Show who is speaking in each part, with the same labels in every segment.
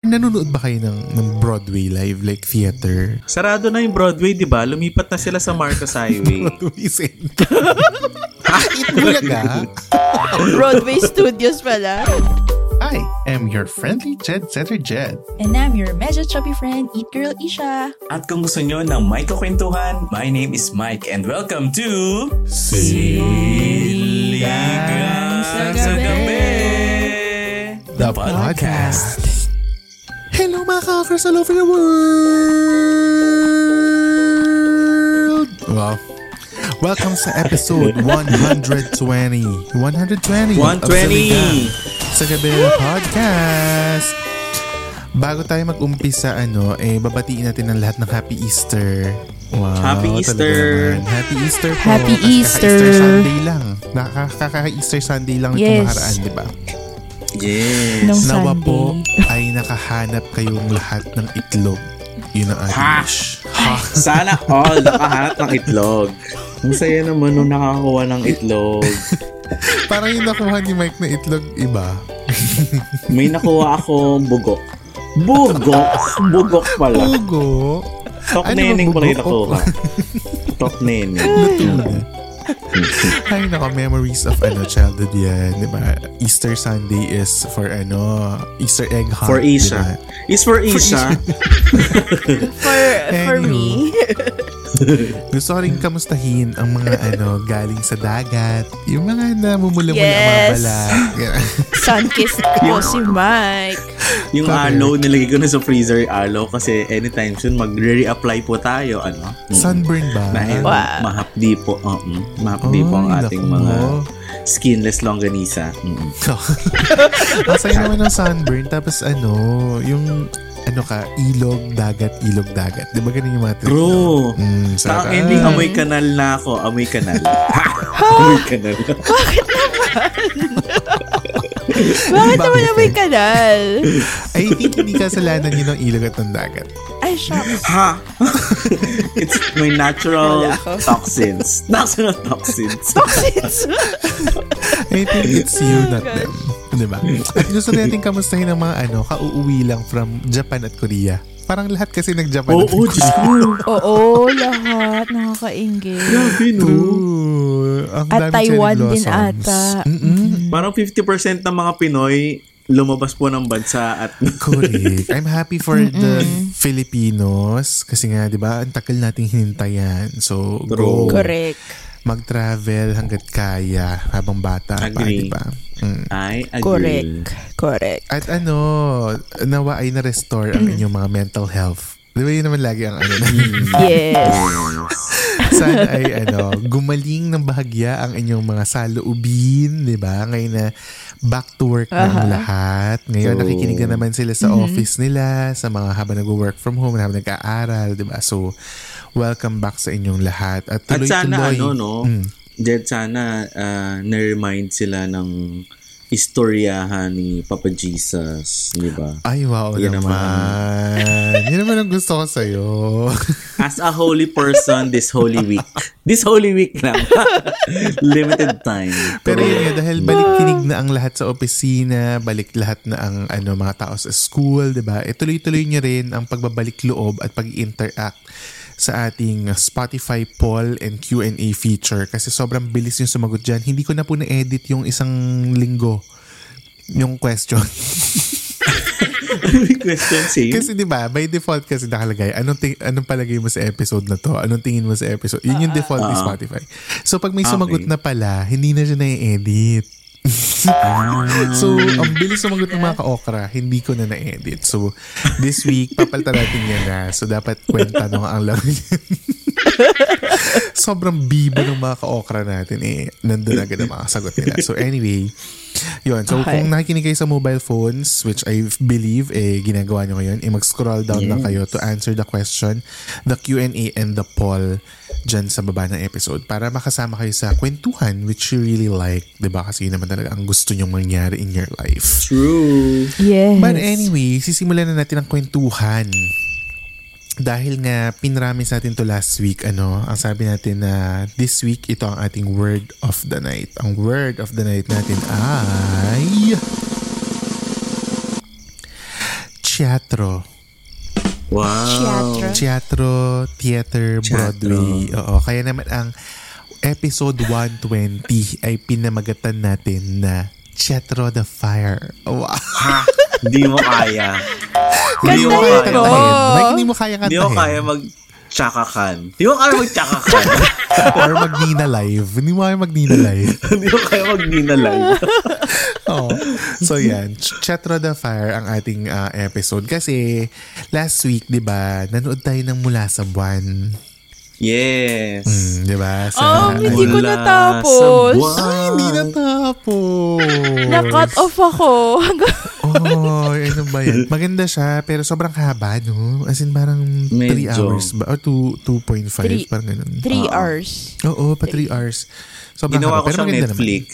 Speaker 1: Nanonood ba kayo ng, ng Broadway live, like theater?
Speaker 2: Sarado na yung Broadway, di ba? Lumipat na sila sa Marcos Highway.
Speaker 1: Broadway Center. Bakit talaga?
Speaker 3: Broadway Studios pala.
Speaker 1: I am your friendly Jed Setter Jed.
Speaker 4: And I'm your medyo chubby friend, Eat Girl Isha.
Speaker 5: At kung gusto nyo ng may kakwentuhan, my name is Mike and welcome to... Siligang sa Gabi!
Speaker 1: The podcast. Hello mga ka-rockers all over the world! Wow. Welcome sa episode 120. 120! 120!
Speaker 2: 120!
Speaker 1: Sa gabi ng podcast! Bago tayo mag-umpisa, ano, eh, babatiin natin ang lahat ng Happy Easter. Wow,
Speaker 2: Happy
Speaker 1: talaga
Speaker 2: Easter!
Speaker 1: naman. Happy Easter po!
Speaker 3: Happy
Speaker 1: Kasi
Speaker 3: Easter!
Speaker 1: Kaka-Easter Sunday lang. Nakaka-Easter Sunday lang
Speaker 3: Yes.
Speaker 1: itong nakaraan, di ba?
Speaker 2: Yes.
Speaker 3: Nung
Speaker 1: Nawa
Speaker 3: Sunday.
Speaker 1: po ay nakahanap kayong lahat ng itlog. Yun ang ating
Speaker 2: Hash! Sana all nakahanap ng itlog. Ang saya naman nung nakakuha ng itlog.
Speaker 1: Parang yung nakuha ni Mike na itlog, iba.
Speaker 2: May nakuha akong bugok. Bugok! Bugok pala.
Speaker 1: Pugo.
Speaker 2: Tok
Speaker 1: Ano ba
Speaker 2: neneng pala yung
Speaker 1: bugok?
Speaker 2: nakuha. Tok neneng.
Speaker 1: Ay, naka memories of ano, childhood yan. Di ba? Easter Sunday is for ano, Easter egg hunt.
Speaker 2: For
Speaker 1: di
Speaker 2: Isha.
Speaker 1: ba?
Speaker 2: It's for Isha.
Speaker 3: For, for me.
Speaker 1: Gusto ko rin kamustahin ang mga ano, galing sa dagat. Yung mga namumula-mula, mga
Speaker 3: Yes.
Speaker 1: balat. Ganun.
Speaker 3: Sun-kissed ko si Mike.
Speaker 2: Yung
Speaker 1: Sabi-
Speaker 2: aloe, nilagay ko na sa freezer yung aloe kasi anytime soon mag-reapply po tayo. Ano?
Speaker 1: Sunburn ba?
Speaker 2: Dahil
Speaker 3: Wow.
Speaker 2: mahapdi po, uh mahapdi po ang
Speaker 1: Ay,
Speaker 2: ating
Speaker 1: naku.
Speaker 2: mga skinless longganisa. Mm.
Speaker 1: Masaya naman ng sunburn. Tapos ano, yung ano ka, ilog, dagat, ilog, dagat. Di ba ganun yung mga trip?
Speaker 2: Bro,
Speaker 1: Mm, sarap.
Speaker 2: Takang ending, amoy kanal na ako. Amoy kanal. Ha! amoy kanal.
Speaker 3: Bakit naman na may kanal?
Speaker 1: I think hindi kasalanan yun ng ilog at ng dagat.
Speaker 3: Ay, shucks.
Speaker 2: ha! It's my natural
Speaker 3: Wala ako.
Speaker 2: toxins. Natural toxins.
Speaker 3: Toxins.
Speaker 1: I think it's
Speaker 3: Oh
Speaker 1: you, not them. Di ba? At gusto rin natin kamustahin ng mga ano, kauuwi lang from Japan at Korea. Parang lahat kasi nag-Japan
Speaker 2: Oo,
Speaker 1: at Korea.
Speaker 2: Diyos ko.
Speaker 3: Oo, lahat. Nakakaingit.
Speaker 2: Grabe, no?
Speaker 1: True. Ang
Speaker 3: At
Speaker 1: dami
Speaker 3: Taiwan
Speaker 1: cherry
Speaker 3: din
Speaker 1: blossoms.
Speaker 3: ata.
Speaker 1: Mm-mm.
Speaker 2: Parang 50% ng mga Pinoy lumabas po ng bansa at
Speaker 1: Correct. I'm happy for the Filipinos kasi nga, di ba, ang tagal nating hinintayan. So, go.
Speaker 2: True.
Speaker 3: Correct.
Speaker 1: Mag-travel hanggat kaya habang bata pa,
Speaker 2: Agree.
Speaker 1: di ba? Mm.
Speaker 2: I agree.
Speaker 3: Correct. Correct.
Speaker 1: At ano, nawa ay na-restore ang inyong mga mental health. Di ba yun naman lagi ang ano?
Speaker 2: Mm.
Speaker 3: Yes.
Speaker 1: Sana ay ano, gumaling ng bahagya ang inyong mga saloobin, di ba? Ngayon na back to work na ang lahat. Ngayon
Speaker 2: True.
Speaker 1: nakikinig na naman sila sa office nila, sa mga habang nag-work from home, habang nag-aaral, di ba? So, welcome back sa inyong lahat. At
Speaker 2: At
Speaker 1: tuloy-tuloy.
Speaker 2: sana ano, no?
Speaker 1: Mm.
Speaker 2: Jed, sana ah, na-remind sila ng istoryahan ni Papa Jesus, di ba?
Speaker 1: Ay, wow
Speaker 2: Yun
Speaker 1: naman. Yun naman ang gusto ko sa'yo.
Speaker 2: As a holy person this holy week. This holy week lang. Limited time.
Speaker 1: Pero yun nga, dahil balik-kinig na ang lahat sa opisina, balik lahat na ang ano, mga tao sa school, di ba? E tuloy-tuloy nyo rin ang pagbabalik loob at pag-interact sa ating Spotify poll and Q&A feature kasi sobrang bilis yung sumagot dyan. Hindi ko na po na-edit yung isang linggo yung question.
Speaker 2: May question same.
Speaker 1: kasi di ba, by default kasi nakalagay, anong, ting- anong palagay mo sa episode na to? Anong tingin mo sa episode? Yun yung default ni Spotify. So pag may sumagot
Speaker 2: Okay.
Speaker 1: na pala, hindi na siya na-edit. So, ang bilis sumagot ng mga ka-okra, hindi ko na na-edit. So, this week, papalitan natin yan na. So, dapat kwenta nung ang laman yan. Sobrang bibo ng mga ka-okra natin eh. Nandun agad ang mga sagot nila. So, anyway, yun. So,
Speaker 3: Okay.
Speaker 1: kung nakikinig kayo sa mobile phones, which I believe eh, ginagawa nyo ngayon, eh, mag-scroll down lang kayo to answer the question, the Q&A, and the poll dyan sa baba ng episode para makasama kayo sa kwentuhan which you really like. 'di ba Kasi yun naman talaga ang gusto nyong mangyari in your life.
Speaker 2: True.
Speaker 3: Yes.
Speaker 1: But anyway, sisimulan na natin ang kwentuhan. Dahil nga pinrami sa atin to last week, ano, ang sabi natin na this week ito ang ating word of the night. Ang word of the night natin ay... Teatro.
Speaker 2: Wow.
Speaker 1: Teatro, theater, Broadway. Oo, kaya naman ang episode 120 ay pinamagatan natin na Teatro the Fire. Wow.
Speaker 2: Hindi mo kaya. Hindi mo
Speaker 3: Kantahin
Speaker 2: kaya.
Speaker 3: mo.
Speaker 1: Kantahin. Mike, hindi mo kaya kantahin.
Speaker 2: Hindi mo kaya mag-tsakakan. Hindi mo kaya mag-tsakakan.
Speaker 1: Or mag-Nina live. Hindi mo kaya mag-Nina live.
Speaker 2: Hindi mo kaya mag-ninalay.
Speaker 1: Oo. So yan, Ch- Chetra the Fire ang ating ah, episode. Kasi last week, di ba, nanood tayo ng Mula sa Buwan.
Speaker 2: Yes.
Speaker 1: Mm, di ba? Sa,
Speaker 3: Oh, hindi ko
Speaker 2: Wala
Speaker 3: natapos.
Speaker 2: sa buwan.
Speaker 1: Ay, hindi natapos.
Speaker 3: Na-cut off ako.
Speaker 1: Oh, ano ba yan? Maganda siya, pero sobrang haba, no? As in, parang 3
Speaker 2: Medyo.
Speaker 1: hours ba? Or 2.5,
Speaker 3: Three.
Speaker 1: parang ganun.
Speaker 3: Three hours.
Speaker 1: Oo, pa 3 hours. Sobrang
Speaker 2: Ginawa
Speaker 1: haba,
Speaker 2: ko
Speaker 1: pero
Speaker 2: sa
Speaker 1: maganda naman.
Speaker 2: Netflix.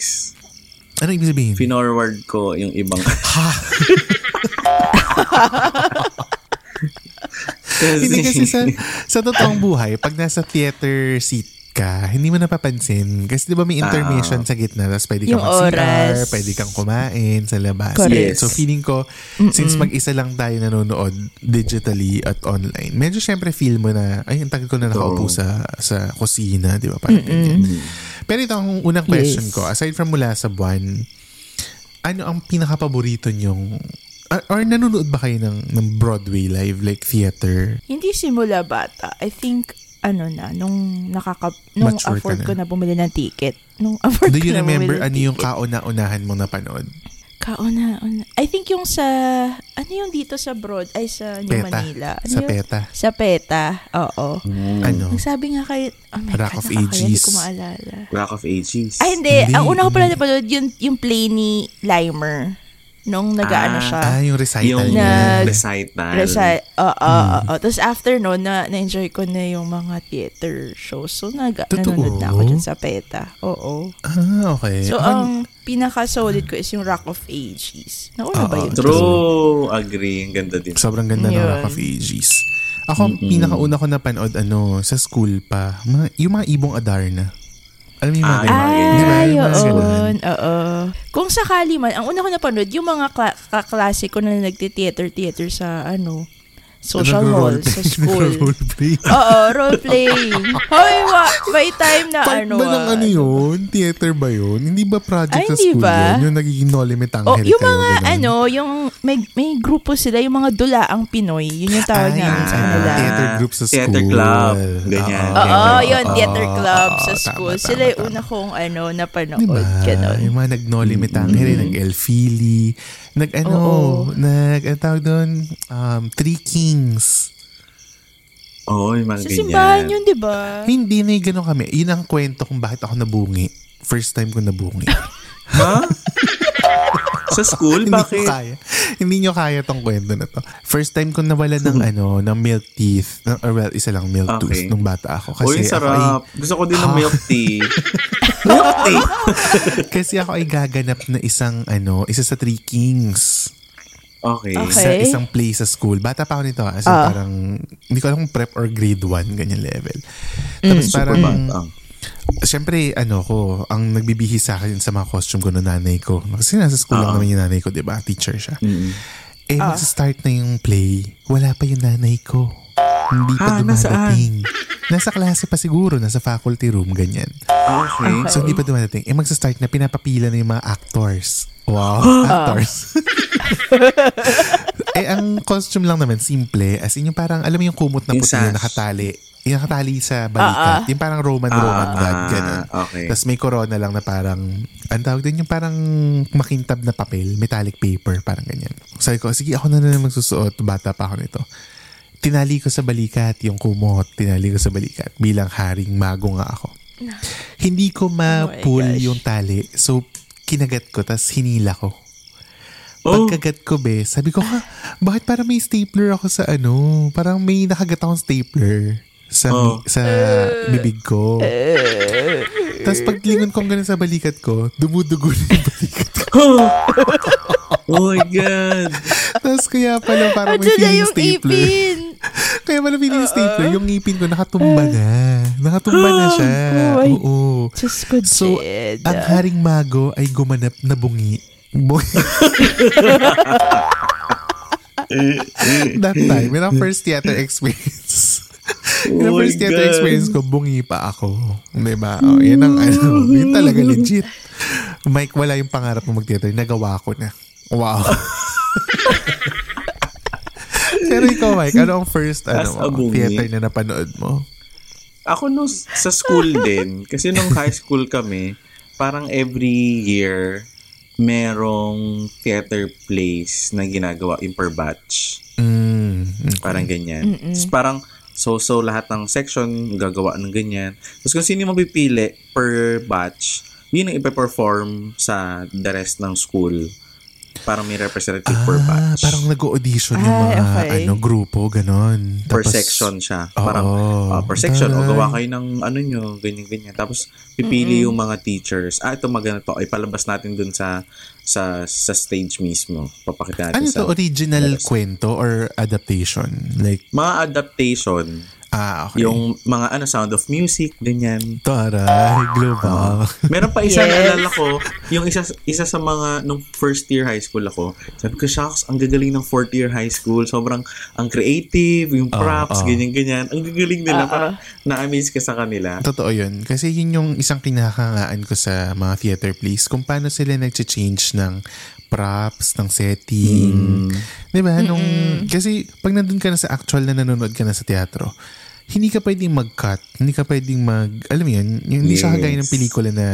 Speaker 1: Ano ibig sabihin?
Speaker 2: Pinorward ko yung ibang... Kasi-
Speaker 1: Hindi kasi sa, sa totoong buhay, pag nasa theater seat ka, hindi mo napapansin. Kasi di ba may intermission sa gitna, tapos pwede kang
Speaker 3: Yung
Speaker 1: mag-CR,
Speaker 3: oras.
Speaker 1: pwede kang kumain sa labas.
Speaker 3: Correct.
Speaker 1: So feeling ko, since mag-isa lang tayo nanonood digitally at online, medyo syempre feel mo na, ay, ang tagal ko na nakaupo sa, sa kusina, di ba? Parang ganyan. Pero ito ang unang question
Speaker 3: Yes.
Speaker 1: ko. Aside from mula sa buwan, ano ang pinakapaborito niyong or, or nanonood ba kayo ng, ng Broadway live like theater?
Speaker 3: Hindi simula bata. I think, ano na, nung nakaka... Nung
Speaker 1: Mature ka
Speaker 3: afford
Speaker 1: na.
Speaker 3: ko na bumili ng ticket. Nung afford
Speaker 1: Do
Speaker 3: ko
Speaker 1: you
Speaker 3: na
Speaker 1: remember
Speaker 3: bumili ng
Speaker 1: ano yung
Speaker 3: ticket.
Speaker 1: kauna-unahan mong napanood?
Speaker 3: Kauna, una. I think yung sa... Ano yung dito sa Broad? Ay, sa New
Speaker 1: Peta.
Speaker 3: Manila. Ano
Speaker 1: Sa
Speaker 3: yung- Hmm.
Speaker 1: Peta.
Speaker 3: Sa PETA, oo.
Speaker 1: Ano?
Speaker 3: Nagsabi nga kayo, oh my
Speaker 1: Rock
Speaker 3: God,
Speaker 1: of
Speaker 3: nakakaya, hindi
Speaker 1: Ages.
Speaker 3: ko maalala.
Speaker 2: Rock of Ages.
Speaker 3: Ay, hindi.
Speaker 1: Hindi,
Speaker 3: Ang una ko pala
Speaker 1: hindi.
Speaker 3: napanood, yung, yung play ni Limer. Nung nag-ano
Speaker 2: Ah,
Speaker 3: siya.
Speaker 1: Ah, yung recital
Speaker 2: Yung
Speaker 1: niya.
Speaker 3: Nag-
Speaker 2: recital.
Speaker 3: Resa, oo, oo,
Speaker 1: Hmm.
Speaker 3: oo. Tapos after noon, na, na-enjoy ko na yung mga theater shows. So, nag,
Speaker 1: Totoo?
Speaker 3: nanonood na ako dyan sa PETA. Oo.
Speaker 1: Ah, okay.
Speaker 3: So, um,
Speaker 1: Ako-
Speaker 3: ang pinaka-solid ko is yung Rock of Ages. Nauna ba
Speaker 1: Oo.
Speaker 3: yun?
Speaker 2: True. Agree. Ang ganda din.
Speaker 1: sobrang ganda ng
Speaker 3: Yun.
Speaker 1: Rock of Ages. Ako, ang pinakauna ko napanood, ano, sa school pa, mga, yung mga ibong Adarna. Alam mo yung mga
Speaker 2: Ah,
Speaker 1: ganun? Di ba?
Speaker 3: Ay,
Speaker 1: Yung mga ganun.
Speaker 3: yun. Oo. Kung sakali man, ang una ko napanood, yung mga kla- kaklase ko na nagti-theater-theater sa, ano, social hall,
Speaker 1: Nagro-roleplay.
Speaker 3: sa school.
Speaker 1: Nagro-roleplay.
Speaker 3: Oo, role-playing. Hoy, wa, may time na,
Speaker 1: Part
Speaker 3: ano,
Speaker 1: ba ng
Speaker 3: ah,
Speaker 1: ano yun? Theater ba yun? Hindi ba project
Speaker 3: Ay,
Speaker 1: sa
Speaker 3: hindi
Speaker 1: school
Speaker 3: ba?
Speaker 1: yun? Yung nagiging Noli Metangel
Speaker 3: Oh, yung
Speaker 1: kayo,
Speaker 3: mga
Speaker 1: ganun.
Speaker 3: ano, yung may, may grupo sila, yung mga dula ang Pinoy. Yun yung tawag
Speaker 1: Ay,
Speaker 3: namin
Speaker 1: ah,
Speaker 3: sa kanila.
Speaker 1: Theater group sa school. Ah.
Speaker 2: Theater club. Ganyan.
Speaker 1: Oo.
Speaker 3: ano Oo,
Speaker 2: Theater-
Speaker 3: yun, theater
Speaker 1: oo,
Speaker 3: club
Speaker 1: oo,
Speaker 3: sa
Speaker 1: tama,
Speaker 3: school.
Speaker 1: tama,
Speaker 3: sila yung
Speaker 1: tama.
Speaker 3: una kong ano, napanood.
Speaker 1: Diba?
Speaker 3: Ganon.
Speaker 1: Yung mga nag-Noli Metangere, nag-Elfili, nag-ano,
Speaker 3: Oo.
Speaker 1: ano, nag, ano tawag doon, um, Three Kings.
Speaker 2: Oo, yung mga
Speaker 3: Sa
Speaker 2: ganyan.
Speaker 3: simbahan yun, di ba?
Speaker 1: Hindi na yung ganun kami. Yun ang kwento kung bakit ako nabungi. First time ko nabungi.
Speaker 2: Ha? Sa school?
Speaker 1: Hindi
Speaker 2: Bakit?
Speaker 1: nyo kaya. Hindi nyo kaya tong kwento na to. First time ko nawala ng ano, ng milk teeth. Ng, or well, isa lang milk
Speaker 2: Okay.
Speaker 1: tooth nung bata ako. eh. Ah. Kasi
Speaker 2: Uy,
Speaker 1: ako ay,
Speaker 2: sarap. Gusto ko din ng
Speaker 1: Ha?
Speaker 2: milk tea. milk tea?
Speaker 1: kasi ako ay gaganap na isang ano, isa sa three kings.
Speaker 2: Okay.
Speaker 3: Okay.
Speaker 1: Sa isang play sa school. Bata pa ako nito. As in, parang, hindi ko alam kung prep or grade 1, ganyan level. Tapos parang,
Speaker 2: Bata.
Speaker 1: Siyempre, ano ko, ang nagbibihis sa akin sa mga costume ko ng nanay ko. Kasi nasa school
Speaker 2: Ah.
Speaker 1: lang naman yung nanay ko, di ba? Teacher siya. Eh, nasa-start na yung play. Wala pa yung nanay ko. Hindi pa
Speaker 2: Ah,
Speaker 1: dumadating. Nasa klase pa siguro, nasa faculty room, ganyan.
Speaker 2: Okay.
Speaker 1: So, hindi pa dumadating. Eh, magsa-start na, pinapapila na yung mga actors. Wow, actors. eh, ang costume lang naman, simple. As in, yung parang, alam mo yung kumot na
Speaker 2: Yung
Speaker 1: puti na
Speaker 2: sash.
Speaker 1: nakatali. Yung nakatali sa
Speaker 2: Ah,
Speaker 1: balikat. Yung parang Roman-Roman god, ganun.
Speaker 2: okay.
Speaker 1: Tapos may corona lang na parang, ang tawag din yung parang makintab na papel, metallic paper, parang ganyan. Sabi ko, sige ako na na lang magsusuot, bata pa ako nito. Tinali ko sa balikat yung kumot, tinali ko sa balikat bilang haring mago nga ako. Hindi ko ma-pull
Speaker 3: Oh gosh.
Speaker 1: yung tali, so kinagat ko, tapos hinila ko.
Speaker 2: Oh.
Speaker 1: Pagkagat ko, be, sabi ko, ha, bakit parang may stapler ako sa ano? Parang may nakagat akong stapler sa,
Speaker 2: Oh.
Speaker 1: sa
Speaker 3: Eh.
Speaker 1: bibig ko. Tapos paglingon kong ganun sa balikat ko, dumudugo na yung balikat ko.
Speaker 2: Oh my God.
Speaker 1: Tapos kaya pala parang may
Speaker 3: Andiyan na
Speaker 1: feeling
Speaker 3: yung
Speaker 1: stapler.
Speaker 3: ipin.
Speaker 1: Kaya pala feeling stapler, yung ngipin ko nakatumba na. Nakatumba na siya.
Speaker 3: Oh my-
Speaker 1: Oo.
Speaker 3: Diyos ko,
Speaker 1: So, ah,
Speaker 3: Jed.
Speaker 1: ang haring mago ay gumanap na bungi. Bungi. That time, yun ang first theater experience. Yun ang
Speaker 2: Oh my
Speaker 1: first theater
Speaker 2: God.
Speaker 1: experience ko, bungi pa ako. Diba? O, yan ang ano, yun talaga legit. Mike, wala yung pangarap mo mag-theater. Nagawa ko na. Wow. Pero ikaw, Mike, ano ang first
Speaker 2: As
Speaker 1: ano,
Speaker 2: a
Speaker 1: mo,
Speaker 2: bungi.
Speaker 1: theater na napanood mo?
Speaker 2: Ako nung sa school din, kasi nung high school kami, parang every year, merong theater plays na ginagawa yung per batch.
Speaker 1: Mm.
Speaker 2: Parang ganyan. Tapos parang so-so lahat ng section gagawa ng ganyan. Tapos kung sino yung mapipili per batch, yun ang ipe-perform sa the rest ng school. Parang may representative per
Speaker 1: Ah,
Speaker 2: batch.
Speaker 1: parang nag-audition yung
Speaker 3: Ay,
Speaker 1: mga
Speaker 3: okay.
Speaker 1: ano, grupo, ganon.
Speaker 2: per
Speaker 1: Tapos-
Speaker 2: section siya.
Speaker 1: Oo.
Speaker 2: Parang ah, per section. O
Speaker 1: Taray.
Speaker 2: gawa kayo ng ano nyo, ganyan-ganyan. Tapos pipili yung mga teachers. Ah, ito maganda to. Ay, palabas natin dun sa sa sa stage mismo. Papakita
Speaker 1: Ano
Speaker 2: natin sa...
Speaker 1: to, original
Speaker 2: Yes.
Speaker 1: kwento or adaptation? Like,
Speaker 2: mga adaptation.
Speaker 1: ah, okay.
Speaker 2: Yung mga ano, sound of music, ganyan.
Speaker 1: Taray, global.
Speaker 2: Meron pa isa
Speaker 3: Yes.
Speaker 2: naalala ko, yung isa, isa sa mga, nung first year high school ako, sabi ko, shocks, ang gagaling ng fourth year high school. Sobrang, ang creative,
Speaker 1: Ah,
Speaker 2: yung props,
Speaker 1: oo.
Speaker 2: ganyan-ganyan. Ang gagaling nila. Parang na-amaze ka sa kanila.
Speaker 1: Totoo yun. Kasi yun yung isang kinakangaan ko sa mga theater plays. Kung paano sila nag-change ng props, ng setting. Di ba? Nung, kasi pag nandun ka na sa actual na nanonood ka na sa teatro, hindi ka pwedeng mag-cut. Hindi ka pwedeng mag... Alam mo yun? Yung, Hindi siya
Speaker 2: Yes.
Speaker 1: kagaya ng pelikula na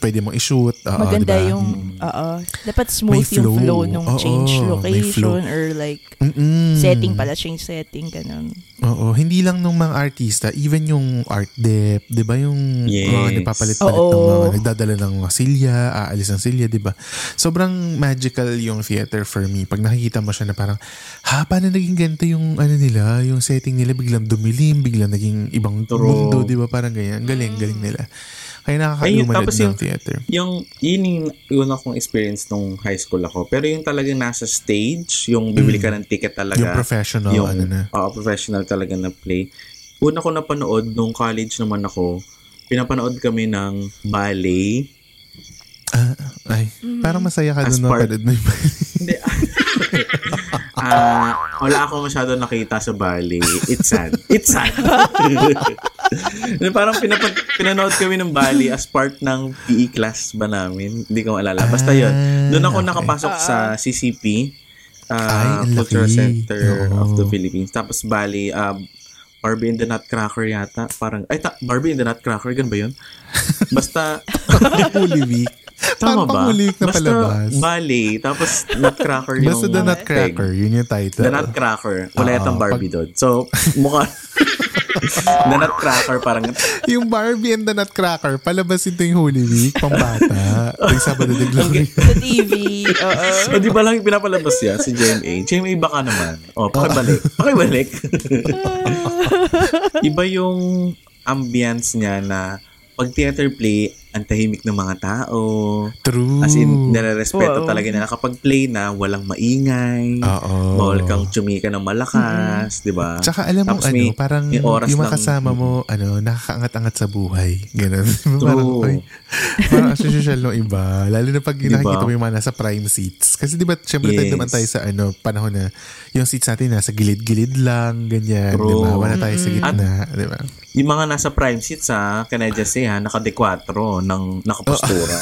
Speaker 1: pwede mong i-shoot. Oo,
Speaker 3: Maganda
Speaker 1: diba?
Speaker 3: yung, oo. Dapat
Speaker 1: May
Speaker 3: smooth yung
Speaker 1: flow.
Speaker 3: flow nung
Speaker 1: Oo,
Speaker 3: change
Speaker 1: may flow.
Speaker 3: location or like
Speaker 1: Mm-mm.
Speaker 3: setting pala, change setting, ganun.
Speaker 1: Oo, hindi lang nung mga artista, even yung art dep, 'di ba yung
Speaker 2: Yes.
Speaker 1: mga nagpapalit-palit
Speaker 3: Oo.
Speaker 1: ng mga nagdadala ng mga silya, aalis ng silya, 'di ba? Sobrang magical yung theater for me. Pag nakikita mo siya na parang, ha, paano naging ganito yung ano nila, yung setting nila biglang dumilim, biglang naging ibang
Speaker 2: True.
Speaker 1: mundo, 'di ba? Parang ganyan, galing, galing nila. Kaya
Speaker 2: Ayun,
Speaker 1: nakakaluma
Speaker 2: tapos
Speaker 1: ng
Speaker 2: yung-
Speaker 1: theater.
Speaker 2: Yung, yun yung una kong experience nung high school ako. Pero yung talagang nasa stage, yung bibili ka ng ticket talaga.
Speaker 1: Mm. Yung professional,
Speaker 2: yung,
Speaker 1: ano na.
Speaker 2: oo, professional talaga na play. Una ko napanood nung college naman ako, pinapanood kami ng ballet.
Speaker 1: Ay, parang masaya ka
Speaker 2: As
Speaker 1: doon
Speaker 2: part-
Speaker 1: napanood mo yung
Speaker 2: Hindi. Ah, wala ako masyado nakita sa ballet. It's sad. It's sad. Na parang pinapad, pinanood kami ng ballet as part ng PE class ba namin. Hindi ko maalala. Basta yun. Doon
Speaker 1: Ah,
Speaker 2: ako
Speaker 1: okay.
Speaker 2: nakapasok sa CCP.
Speaker 1: Ay,
Speaker 2: ah,
Speaker 1: ang
Speaker 2: Cultural
Speaker 1: laki.
Speaker 2: Center
Speaker 1: Oo.
Speaker 2: of the Philippines. Tapos ballet, ah, Barbie and the Nutcracker yata. Parang, ay, ta- Barbie and the Nutcracker, ganun ba yun? Basta,
Speaker 1: Holy Week.
Speaker 2: Tama
Speaker 1: Parang
Speaker 2: ba?
Speaker 1: Holy Week na
Speaker 2: Basta
Speaker 1: palabas.
Speaker 2: ballet, tapos nutcracker yung...
Speaker 1: Basta the Nutcracker, yun yung title.
Speaker 2: The Nutcracker. Wala
Speaker 1: Oo,
Speaker 2: yatang Barbie doon. So, mukha... the Nutcracker parang...
Speaker 1: yung Barbie and the Nutcracker, palabas ito yung Holy Week, pambata. Yung Sabado de Gloria.
Speaker 3: Sa TV,
Speaker 2: O,
Speaker 3: oo.
Speaker 2: di ba lang yung pinapalabas yan si JMA? JMA baka naman. O, pakibalik. Pakibalik. Iba yung ambience niya na pag theater play, ang tahimik ng mga tao.
Speaker 1: True.
Speaker 2: As in, nare-respeto
Speaker 3: Oo.
Speaker 2: talaga nila. Kapag play na, walang maingay.
Speaker 1: Oo.
Speaker 2: Bawal kang chumika ng malakas, di ba?
Speaker 1: Tsaka alam mo,
Speaker 2: Tapos
Speaker 1: ano,
Speaker 2: may-
Speaker 1: parang
Speaker 2: may oras
Speaker 1: yung
Speaker 2: ng- mm-hmm.
Speaker 1: makasama mo, ano, nakakaangat-angat sa buhay. Ganun.
Speaker 2: True.
Speaker 1: parang, ay, parang asosyal ng iba. Lalo na pag
Speaker 2: Di ba?
Speaker 1: nakikita mo yung mga nasa prime seats. Kasi di ba, syempre,
Speaker 2: Yes.
Speaker 1: tayo naman tayo sa ano, panahon na yung seats natin nasa gilid-gilid lang, ganyan.
Speaker 2: True.
Speaker 1: Di ba? Wala tayo sa gitna. Di ba?
Speaker 2: Yung mga nasa prime seats ha, can I just say ha, naka-de-4 ng nakapostura.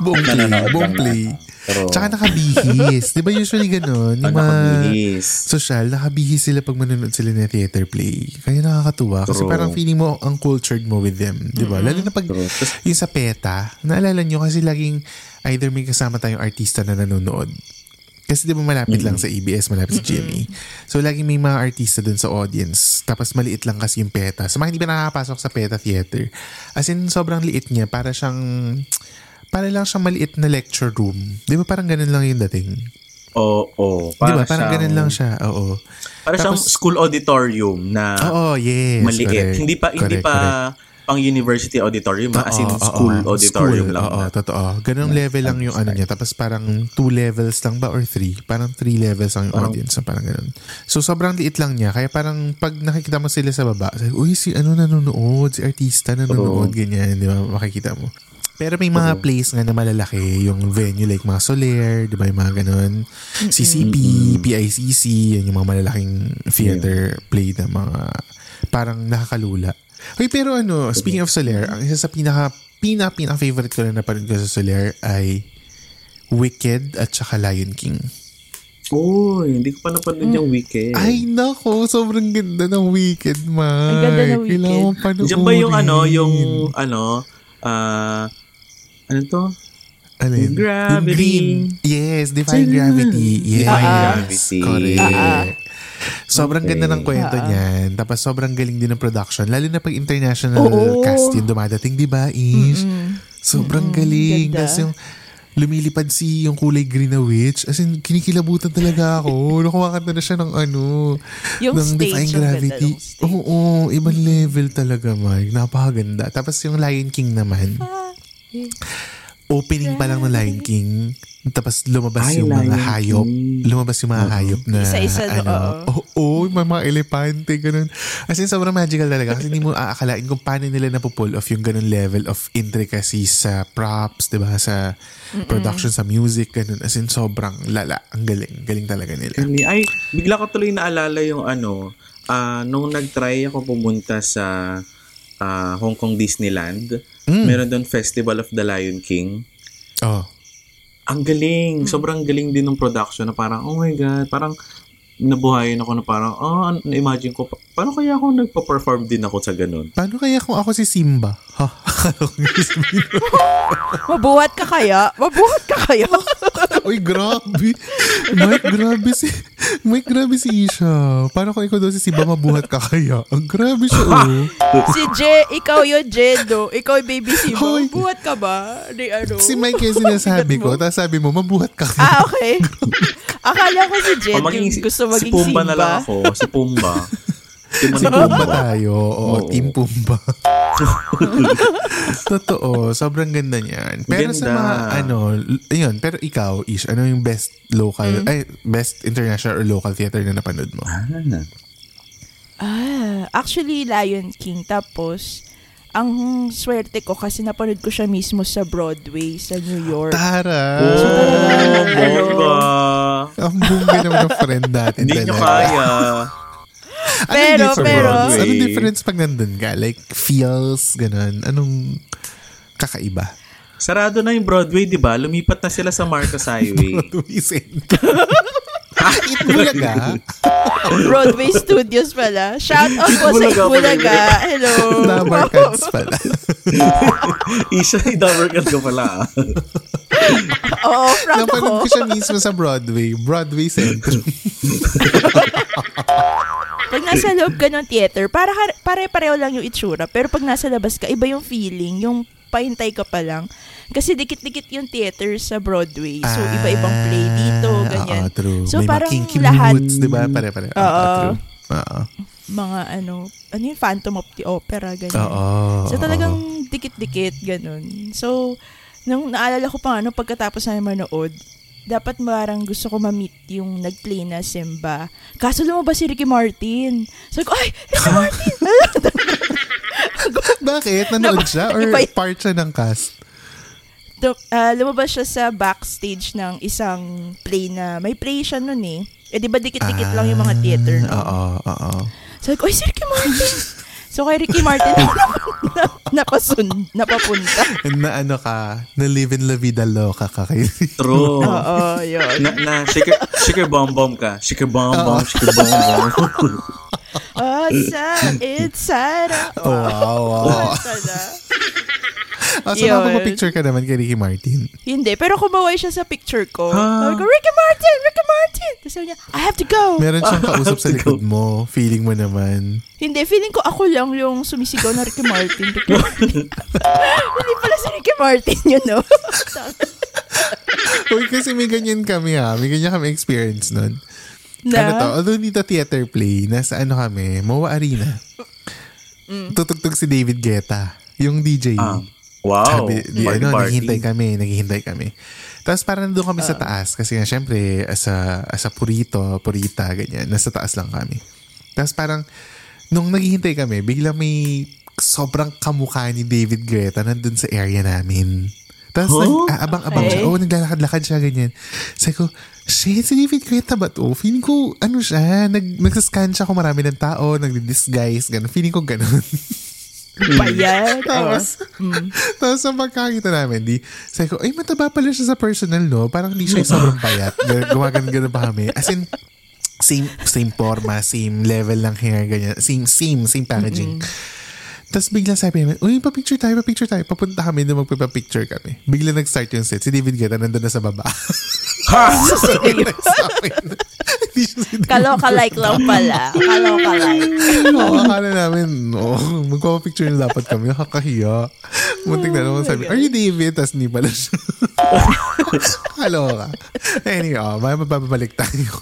Speaker 1: Buong play. Buong play.
Speaker 2: Pero,
Speaker 1: Tsaka nakabihis. Di ba usually ganun?
Speaker 2: pag
Speaker 1: Yung mga
Speaker 2: nakabihis.
Speaker 1: social, nakabihis sila pag manonood sila ng theater play. Kaya nakakatuwa. Kasi
Speaker 2: True.
Speaker 1: parang feeling mo ang cultured mo with them. Di ba? Lalo na pag
Speaker 2: True. Tas-
Speaker 1: yung sa PETA, naalala nyo kasi laging either may kasama tayong artista na nanonood. Kasi di ba malapit lang
Speaker 2: Mm-hmm.
Speaker 1: sa ABS, malapit sa GMA. So laging may mga artista dun sa audience. Tapos maliit lang kasi yung PETA. Sa mga hindi pa nakakapasok sa PETA theater. As in, sobrang liit niya. Para siyang, para lang siyang maliit na lecture room. Di ba parang ganun lang yung dating?
Speaker 2: Oo,
Speaker 1: Di
Speaker 2: oo. Para
Speaker 1: ba? Parang
Speaker 2: siyang-
Speaker 1: ganun lang siya. Oo.
Speaker 2: Para siyang
Speaker 1: Tapos-
Speaker 2: school auditorium na
Speaker 1: Oo, yes.
Speaker 2: Ah, maliit.
Speaker 1: correct.
Speaker 2: Hindi pa hindi
Speaker 1: Correct,
Speaker 2: pa
Speaker 1: correct. Ah,
Speaker 2: pang university auditorium, ha? as in
Speaker 1: Oo, oo,
Speaker 2: school
Speaker 1: oo. School, ah,
Speaker 2: auditorium lang.
Speaker 1: Oo, totoo. Ganong level lang yung ano niya. Tapos parang two levels lang ba or three? Parang three levels lang yung audience. So parang ganun. So sobrang liit lang niya. Kaya parang pag nakikita mo sila sa baba, sabi, uy, si ano nanonood, si artista nanonood, ganyan. Di ba? Makikita mo. Pero may mga place nga na malalaki, yung venue like mga Soler, di ba yung mga ganun, CCP, PICC, yan yung mga malalaking theater play na mga parang nakakalula. Hoy, pero ano, speaking of Soler, ang isa sa pinaka, pina, pinaka favorite ko na napanood ko sa Soler ay Wicked at saka Lion King.
Speaker 2: Uy, hindi ko pa napanood yung weekend.
Speaker 1: Hmm. Ay, nako, sobrang ganda ng Wicked, Mark.
Speaker 3: Ang ganda ng Wicked.
Speaker 1: Kailangan mong panoorin.
Speaker 2: Diyan ba yung ano, yung ano, ah, ano to?
Speaker 1: Alin?
Speaker 2: Yung gravity.
Speaker 1: Yung green. Yes, Defying Gravity. Yes.
Speaker 2: Defying Gravity.
Speaker 1: Correct.
Speaker 2: Ah.
Speaker 1: Sobrang
Speaker 2: Okay.
Speaker 1: ganda ng
Speaker 3: Ah,
Speaker 1: kwento niyan. Tapos sobrang galing din ng production. Lalo na pag international
Speaker 3: Oo.
Speaker 1: cast yung dumadating, di ba, Ish? Sobrang galing.
Speaker 3: Ganda.
Speaker 1: Tapos yung lumilipad si yung kulay green na witch. As in, kinikilabutan talaga ako. Nakumakanta na siya ng ano,
Speaker 3: Yung
Speaker 1: ng
Speaker 3: stage,
Speaker 1: Defying
Speaker 3: yung ganda
Speaker 1: Gravity.
Speaker 3: ng stage.
Speaker 1: Oo, ibang level talaga, Mike. Napakaganda. Tapos yung Lion King naman opening pa lang ng Lion King, tapos lumabas
Speaker 2: Ay,
Speaker 1: yung mga
Speaker 2: Lion
Speaker 1: hayop. Lumabas yung mga hayop na
Speaker 3: Isa-isa do-
Speaker 1: ano. Oo, oh, yung mga elepante, ganun. As in, sobrang magical talaga. Kasi hindi mo aakalain kung paano nila napupull off yung ganun level of intricacy sa props, di ba? Sa production, sa music, ganun. As in, sobrang lala. Ang galing. Galing talaga nila.
Speaker 2: Hindi. Ay, bigla ko tuloy naalala yung ano, ah, nung nag-try ako pumunta sa ah, Hong Kong Disneyland,
Speaker 3: Hmm.
Speaker 2: meron doon Festival of the Lion King.
Speaker 1: Oh.
Speaker 2: Ang
Speaker 3: Hmm.
Speaker 2: galing. Sobrang galing din ng production na parang, oh my God, parang nabuhayin ako na parang, oh, an- na-imagine ko, pa- paano kaya ako nagpa-perform din ako sa ganun?
Speaker 1: Paano kaya kung ako si Simba? Ha?
Speaker 3: Mabuhat ka kaya? Mabuhat ka kaya?
Speaker 1: Uy, grabe. Mike, grabe si... Mike, grabe si Isha. Paano kung ikaw daw si Simba mabuhat ka kaya? Ang grabe siya, oh.
Speaker 3: si Jay, ikaw yun, Jedo. Ikaw yung baby si Mo.
Speaker 1: Hoy.
Speaker 3: Mabuhat ka ba? Di ano?
Speaker 1: Si Mike yung sinasabi ko, tapos sabi mo, mabuhat ka kaya.
Speaker 3: Ah, okay. Akala ko si Jed
Speaker 2: O maging
Speaker 3: yung
Speaker 2: si-
Speaker 3: gusto maging
Speaker 2: si Pumba
Speaker 3: Simba.
Speaker 2: na lang ako. Si Pumba. si
Speaker 1: Si Pumba tayo. Oo,
Speaker 2: Oo.
Speaker 1: Team Pumba. Totoo, sobrang ganda niyan. Pero sa
Speaker 2: Ganda.
Speaker 1: mga ano, l- ayun, pero ikaw, Ish, ano yung best local,
Speaker 2: Hmm?
Speaker 1: ay, best international or local theater na napanood mo?
Speaker 3: Ah, actually, Lion King. Tapos, ang swerte ko kasi napanood ko siya mismo sa Broadway, sa New York.
Speaker 1: Tara!
Speaker 2: Oh, bongga.
Speaker 1: Ang bongga naman ng friend natin.
Speaker 2: Hindi niya
Speaker 1: talaga.
Speaker 2: kaya.
Speaker 3: Pero,
Speaker 1: difference?
Speaker 3: pero-
Speaker 1: Anong
Speaker 2: Broadway.
Speaker 1: difference pag nandun ka? Like, feels, ganun. Anong kakaiba?
Speaker 2: Sarado na yung Broadway, di ba? Lumipat na sila sa Marcos Highway.
Speaker 1: Tumisin. It bulaga.
Speaker 3: Broadway Studios pala. Shout out po sa
Speaker 2: Bulaga,
Speaker 3: Itbulaga. Hello.
Speaker 1: Number cuts pala.
Speaker 2: Isa, i-doublecat ka pala. ah.
Speaker 3: Oo, proud ako.
Speaker 1: Napanood ko siya mismo sa Broadway. Broadway Center.
Speaker 3: Pag nasa loob ka ng theater, para har- pare-pareho lang yung itsura. Pero pag nasa labas ka, iba yung feeling. Yung pahintay ka pa lang. Kasi dikit-dikit yung theater sa Broadway. So, iba-ibang play dito,
Speaker 1: Ah,
Speaker 3: ganyan.
Speaker 1: Oo, true.
Speaker 3: So,
Speaker 1: May
Speaker 3: parang
Speaker 1: mga kinky
Speaker 3: lahat
Speaker 1: boots, di ba? Pare-pare. Oo,
Speaker 3: Oo.
Speaker 1: true. Ah, Oo.
Speaker 3: mga ano, ano yung Phantom of the Opera, ganyan.
Speaker 1: Oo.
Speaker 3: So
Speaker 1: oo.
Speaker 3: talagang dikit-dikit, ganun. So, nung naalala ko pa nga, nung pagkatapos namin manood, dapat marang gusto ko ma-meet yung nag-play na Simba. Kaso lumabas si Ricky Martin. So, ko, ay, Ricky Martin!
Speaker 1: Bakit? Nanood siya? Or
Speaker 3: Iba-
Speaker 1: part siya ng cast?
Speaker 3: Tum- ah, lumabas siya sa backstage ng isang play na, may play siya nun eh.
Speaker 1: Ah,
Speaker 3: Eh, di ba dikit-dikit lang yung mga theater, no?
Speaker 1: Oo, oo.
Speaker 3: So, ko, ay, si Ricky Martin! So kay Ricky Martin, na, napasun, napapunta.
Speaker 1: na ano ka, na live in La Vida Loca ka kay
Speaker 2: True.
Speaker 3: Oo, Oh, yun.
Speaker 2: na, na, shika, shika bomb bomb ka. Shika bomb bomb, shika bomb bomb.
Speaker 3: Awesome, it's Sarah.
Speaker 1: Oh, wow, wow.
Speaker 3: Tada.
Speaker 1: Ah, so,
Speaker 3: Yun.
Speaker 1: nakapapicture ka naman kay Ricky Martin.
Speaker 3: Hindi, pero kumaway siya sa picture ko.
Speaker 2: Ah.
Speaker 3: Sabi ko, Ricky Martin, Ricky Martin! Tapos sabi niya, I have to go.
Speaker 1: Meron siyang kausap sa likod mo. Feeling mo naman.
Speaker 3: Hindi, feeling ko ako lang yung sumisigaw na Ricky Martin. Ricky Martin. Hindi pala si Ricky Martin, you know.
Speaker 1: Uy, kasi may ganyan kami ha. May ganyan kami experience nun.
Speaker 3: na,
Speaker 1: Ano to? Although dito theater play, nasa ano kami, Mawa Arena. Tutugtog si David Guetta, yung DJ.
Speaker 2: Ah, wow.
Speaker 1: Sabi, di,
Speaker 2: Party,
Speaker 1: ano,
Speaker 2: party.
Speaker 1: naghihintay kami, naghihintay kami. Tapos parang nandun kami sa
Speaker 2: Ah.
Speaker 1: taas kasi nga syempre as a, as a purito, purita, ganyan. Nasa taas lang kami. Tapos parang nung naghihintay kami, bigla may sobrang kamukha ni David Guetta nandun sa area namin. Tapos
Speaker 2: Huh?
Speaker 1: nag, abang-abang siya.
Speaker 3: Okay.
Speaker 1: Oo, naglalakad-lakad siya, ganyan. Sabi ko, shit, si David Guetta ba to? Feeling ko, ano siya, nag, nagsascan siya kung marami ng tao, nagdi-disguise, ganun. Feeling ko ganun.
Speaker 3: bayad.
Speaker 1: Tapos, tapos sa pagkakita namin, di, sabi ko, ay, mataba pala siya sa personal, no? Parang hindi siya yung sobrang payat. Gan- Gumagan-ganan pa kami. As in, same, same forma, same level ng hair, ganyan. Same, same, same packaging. Tapos bigla sabi namin, uy, papicture tayo, papicture tayo. Papunta kami na magpapapicture kami. Bigla nag-start yung set. Si David Guetta nandun na sa baba.
Speaker 2: Ha!
Speaker 1: Sa amin. Hindi siya si David
Speaker 3: Kaloka-like lang pala. Kaloka-like.
Speaker 1: Oo, akala namin, no, magpapapicture na dapat kami. Nakakahiya. Muntik na naman sabi, are you David? Tapos hindi pala siya. Kaloka. Anyway, oh, may mapapabalik tayo.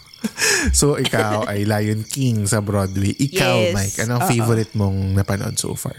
Speaker 1: So, ikaw ay Lion King sa Broadway. Ikaw,
Speaker 3: Yes.
Speaker 1: Mike, anong
Speaker 3: Oo.
Speaker 1: favorite mong napanood so far?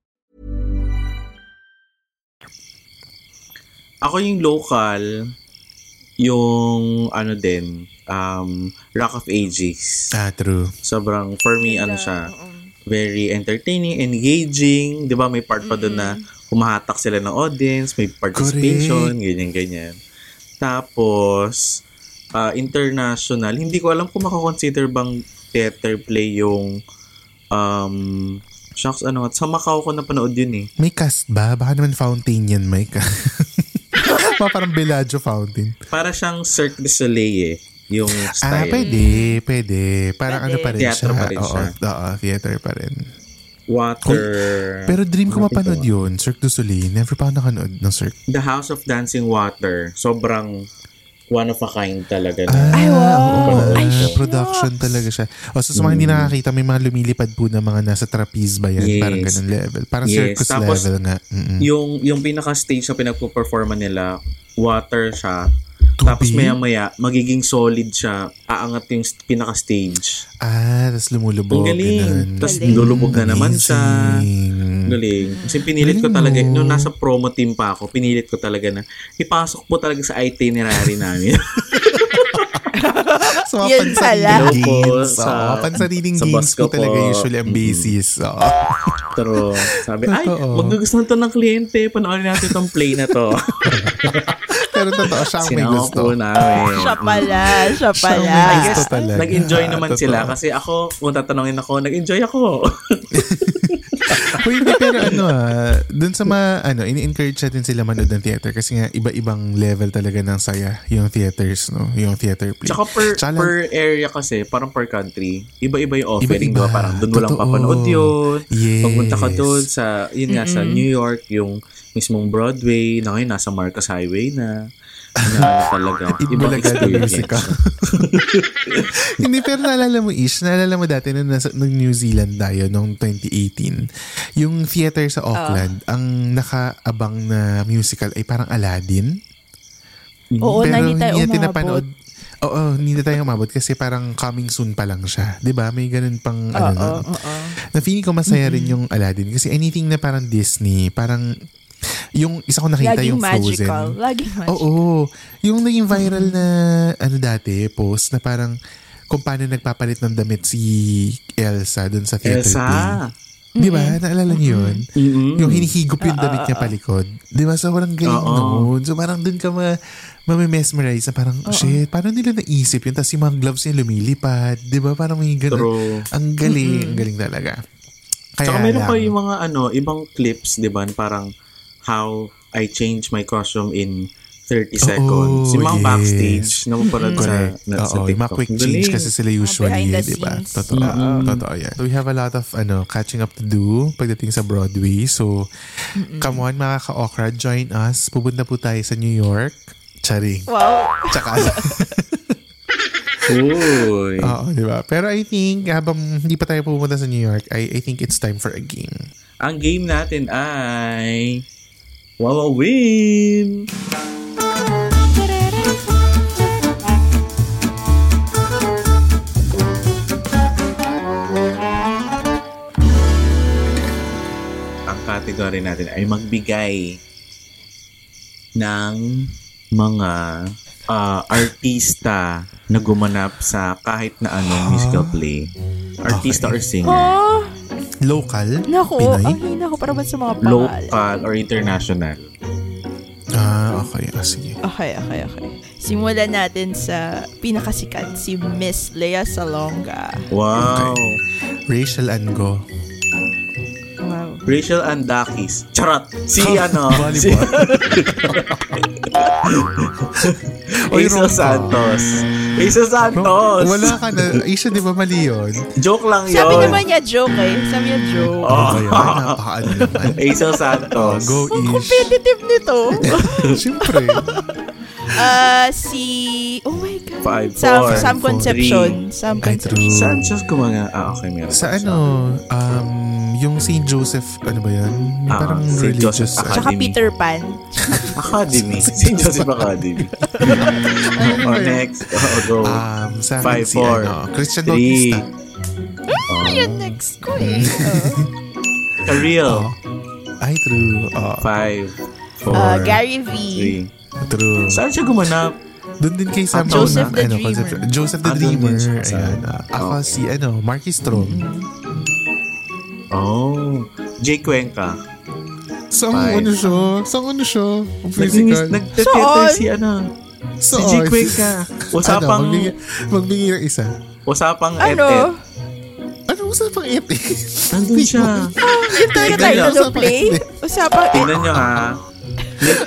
Speaker 2: Ako yung local, yung ano din, um, Rock of Ages.
Speaker 1: Ah, true.
Speaker 2: Sobrang, for me, ano siya, very entertaining, engaging. Di ba, may part pa doon na humahatak sila ng audience, may participation, ganyan-ganyan. Tapos, ah, international, hindi ko alam kung makakonsider bang theater play yung um, shucks, ano, at sa Macau ko napanood yun eh.
Speaker 1: May cast ba? Baka naman fountain yan, Mike. Pa, parang Bellagio fountain.
Speaker 2: Para siyang Cirque du Soleil eh, yung
Speaker 1: Ah,
Speaker 2: style.
Speaker 1: pwede, pwede. Parang ano pa rin
Speaker 2: Theater
Speaker 1: siya.
Speaker 2: pa rin
Speaker 1: Oo,
Speaker 2: siya.
Speaker 1: oo, theater pa rin.
Speaker 2: Water.
Speaker 1: Pero dream ko
Speaker 2: Ano
Speaker 1: mapanood
Speaker 2: ito?
Speaker 1: yun. Cirque du Soleil. Never pa ako nakanood ng Cirque.
Speaker 2: The House of Dancing Water. Sobrang one of a kind talaga. na.
Speaker 1: Ay,
Speaker 3: wow. Ay,
Speaker 1: production talaga siya. O so, sa mga hindi nakakita, may mga lumilipad po na mga nasa trapeze ba yan?
Speaker 2: Yes.
Speaker 1: Parang ganun level. Parang
Speaker 2: Yes.
Speaker 1: circus
Speaker 2: Tapos,
Speaker 1: level nga. Mm-mm.
Speaker 2: Yung, yung pinaka-stage na pinagpo-performa nila, water siya.
Speaker 1: Tubig?
Speaker 2: Tapos maya-maya, magiging solid siya. Aangat yung st- pinaka-stage.
Speaker 1: Ah, tapos lumulubog.
Speaker 2: Ang galing.
Speaker 1: ganun.
Speaker 2: Tapos lulubog na naman siya.
Speaker 1: Amazing.
Speaker 2: Galing. Kasi pinilit ko
Speaker 1: Galing oh.
Speaker 2: talaga,
Speaker 1: mo.
Speaker 2: nung nasa promo team pa ako, pinilit ko talaga na ipasok po talaga sa itinerary namin.
Speaker 1: Sa mga
Speaker 3: Yun
Speaker 1: pansariling
Speaker 2: pala.
Speaker 1: games.
Speaker 2: Sa-
Speaker 1: Sa, pansariling
Speaker 2: sa
Speaker 1: games
Speaker 2: Basco
Speaker 1: po talaga
Speaker 2: po.
Speaker 1: usually ang
Speaker 2: Mm-mm.
Speaker 1: basis. Oo.
Speaker 2: Pero sabi, ay,
Speaker 1: Totoo.
Speaker 2: magugustuhan to ng kliyente. Panoorin natin itong play na to.
Speaker 1: Pero totoo, siya ang may
Speaker 2: Sinama
Speaker 1: gusto.
Speaker 2: po namin.
Speaker 3: Siya pala, siya
Speaker 1: Siya ang may
Speaker 3: pala.
Speaker 2: I
Speaker 1: gusto
Speaker 2: guess,
Speaker 1: talaga.
Speaker 2: nag-enjoy naman
Speaker 1: Totoo.
Speaker 2: sila. Kasi ako, kung tatanungin ako, nag-enjoy ako.
Speaker 1: Hoy, hindi, pero ano ah, dun sa mga, ano, ini-encourage natin sila manood ng theater kasi nga iba-ibang level talaga ng saya yung theaters, no? Yung theater play.
Speaker 2: Tsaka per,
Speaker 1: Tsaka lang-
Speaker 2: per area kasi, parang per country, iba-iba yung
Speaker 1: Iba-iba.
Speaker 2: offering. Iba-iba. Parang doon walang
Speaker 1: Totoo.
Speaker 2: papanood yun.
Speaker 1: Yes.
Speaker 2: Pagpunta ka doon sa, yun nga, sa New York, yung mismong Broadway, na ngayon nasa Marcos Highway na. Na talaga. Ibang
Speaker 1: Ibulaga the
Speaker 2: experience.
Speaker 1: musical. Hindi, pero naalala mo, Ish, naalala mo dati nung, nasa, nung New Zealand tayo, nung 2018, yung theater sa Auckland, ang nakaabang na musical ay parang Aladdin.
Speaker 3: Oo, na hindi tayo
Speaker 1: natin
Speaker 3: umabot.
Speaker 1: napanood. Oo, hindi na tayo umabot kasi parang coming soon pa lang siya. 'Di ba May ganun pang ano nun.
Speaker 3: Oo, oo.
Speaker 1: Na feeling ko masaya rin yung Aladdin kasi anything na parang Disney, parang yung isa ko nakita
Speaker 3: Laging
Speaker 1: yung
Speaker 3: magical.
Speaker 1: Frozen.
Speaker 3: Laging magical.
Speaker 1: Oo. Yung naging viral na ano dati, post na parang kung paano nagpapalit ng damit si Elsa dun sa theater
Speaker 2: Elsa.
Speaker 1: play. Di ba? Naalala niyo yun? Yung hinihigop yung damit niya palikod. Di ba? So, parang galing
Speaker 2: Ah, Oo.
Speaker 1: noon. So, parang dun ka ma mamimesmerize na parang, shit, paano nila naisip yun? Tapos yung mga gloves niya lumilipad. Di ba? Parang may ganun.
Speaker 2: True.
Speaker 1: Ang galing. Ang galing talaga. Kaya
Speaker 2: Tsaka meron pa
Speaker 1: lang.
Speaker 2: yung mga ano, ibang clips, di ba? Parang how I change my costume in 30 seconds. yung mga
Speaker 1: Oh, yes.
Speaker 2: backstage na mapanood sa,
Speaker 1: Correct.
Speaker 2: na, sa
Speaker 1: Oo,
Speaker 2: TikTok.
Speaker 1: yung mga quick change
Speaker 2: Galing.
Speaker 1: kasi sila usually,
Speaker 3: behind the
Speaker 1: di ba?
Speaker 3: scenes.
Speaker 1: Totoo. Totoo yan. So we have a lot of ano catching up to do pagdating sa Broadway. So, come on mga ka-Okra, join us. Pupunta po tayo sa New York. Charing.
Speaker 3: Wow.
Speaker 1: Tsaka,
Speaker 2: Uy.
Speaker 1: oo, di ba? Pero I think, habang hindi pa tayo pumunta sa New York, I, I think it's time for a game.
Speaker 2: Ang game natin ay... Wawawin! Ang category natin ay magbigay ng mga ah, artista na gumanap sa kahit na anong musical play. Artista or singer.
Speaker 3: Oh,
Speaker 1: Local?
Speaker 3: naku.
Speaker 1: Pinoy?
Speaker 3: Ang hina ko para ba sa mga pangalan.
Speaker 2: Local or international.
Speaker 1: Ah, okay. Ah, sige.
Speaker 3: Okay, okay, okay. Simulan natin sa pinakasikat, si Miss Lea Salonga.
Speaker 2: Wow!
Speaker 1: Rachel Ango.
Speaker 3: Wow.
Speaker 2: Rachel Andakis. Charot! Si ano? si
Speaker 1: Volleyball. Oy,
Speaker 2: Hazel
Speaker 1: wrong ka.
Speaker 2: Santos. Hazel Santos!
Speaker 1: Wala ka na. Isha, di ba mali yun?
Speaker 2: Joke lang yun.
Speaker 3: Sabi naman niya joke eh. Sabi niya joke.
Speaker 2: Oh.
Speaker 1: Ano ba yun? Napakaano naman.
Speaker 2: Hazel Santos.
Speaker 1: Go
Speaker 3: Ang
Speaker 1: ish.
Speaker 3: competitive nito.
Speaker 1: Siyempre.
Speaker 3: Ah, si... Oh my God.
Speaker 2: Five,
Speaker 3: Sam,
Speaker 2: four,
Speaker 3: Sam
Speaker 2: four,
Speaker 3: Concepcion. Sam
Speaker 1: Ay, true.
Speaker 3: Concepcion.
Speaker 2: Sanchez ko mga... Ah, okay, meron.
Speaker 1: Sa ano, um, yung St. Joseph, ano ba yan? Yung
Speaker 2: Ah,
Speaker 1: parang
Speaker 2: St.
Speaker 1: religious. ano,
Speaker 2: Joseph ah,
Speaker 3: Tsaka
Speaker 2: Academy.
Speaker 3: Peter Pan.
Speaker 2: Academy. St. Joseph Academy. oh, next. Oh, go.
Speaker 1: um, sa akin
Speaker 2: Five,
Speaker 1: si,
Speaker 2: four,
Speaker 1: ano, Christian
Speaker 2: three.
Speaker 1: Bautista.
Speaker 3: Ayun, next ko eh. Oh.
Speaker 2: Kareel.
Speaker 1: Oh, Ay, true. Oh,
Speaker 2: Five. Four.
Speaker 3: Ah, Gary V.
Speaker 2: Three.
Speaker 1: true.
Speaker 2: Saan siya gumanap?
Speaker 1: Doon din kay Sam
Speaker 3: Ah, Joseph
Speaker 1: Brown,
Speaker 3: the
Speaker 1: ano,
Speaker 3: Dreamer.
Speaker 1: concept- Joseph the
Speaker 2: Ah, doon
Speaker 1: Dreamer.
Speaker 2: din siya. Oh. Mm-hmm.
Speaker 1: Ayan. ah. ako
Speaker 2: Okay.
Speaker 1: si, ano, Marky Strong.
Speaker 2: Oh. Jay Cuenca.
Speaker 1: Saan
Speaker 2: Five.
Speaker 1: ano siya? Saan ano siya? Ang
Speaker 2: Nagsinis,
Speaker 1: Physical.
Speaker 2: nagteteater
Speaker 3: Saan?
Speaker 2: si ano. Si
Speaker 1: Saan?
Speaker 2: Jay Cuenca. Usapang-
Speaker 1: Ano, magbigay, magbigay ng isa.
Speaker 2: Usapang et-et.
Speaker 3: Ano?
Speaker 1: Ano usapang epic?
Speaker 2: Nandun siya.
Speaker 3: Yung Oh, talaga
Speaker 2: Tingnan
Speaker 3: tayo
Speaker 2: nyo.
Speaker 3: na play? Usapang...
Speaker 2: Tingnan nyo ha.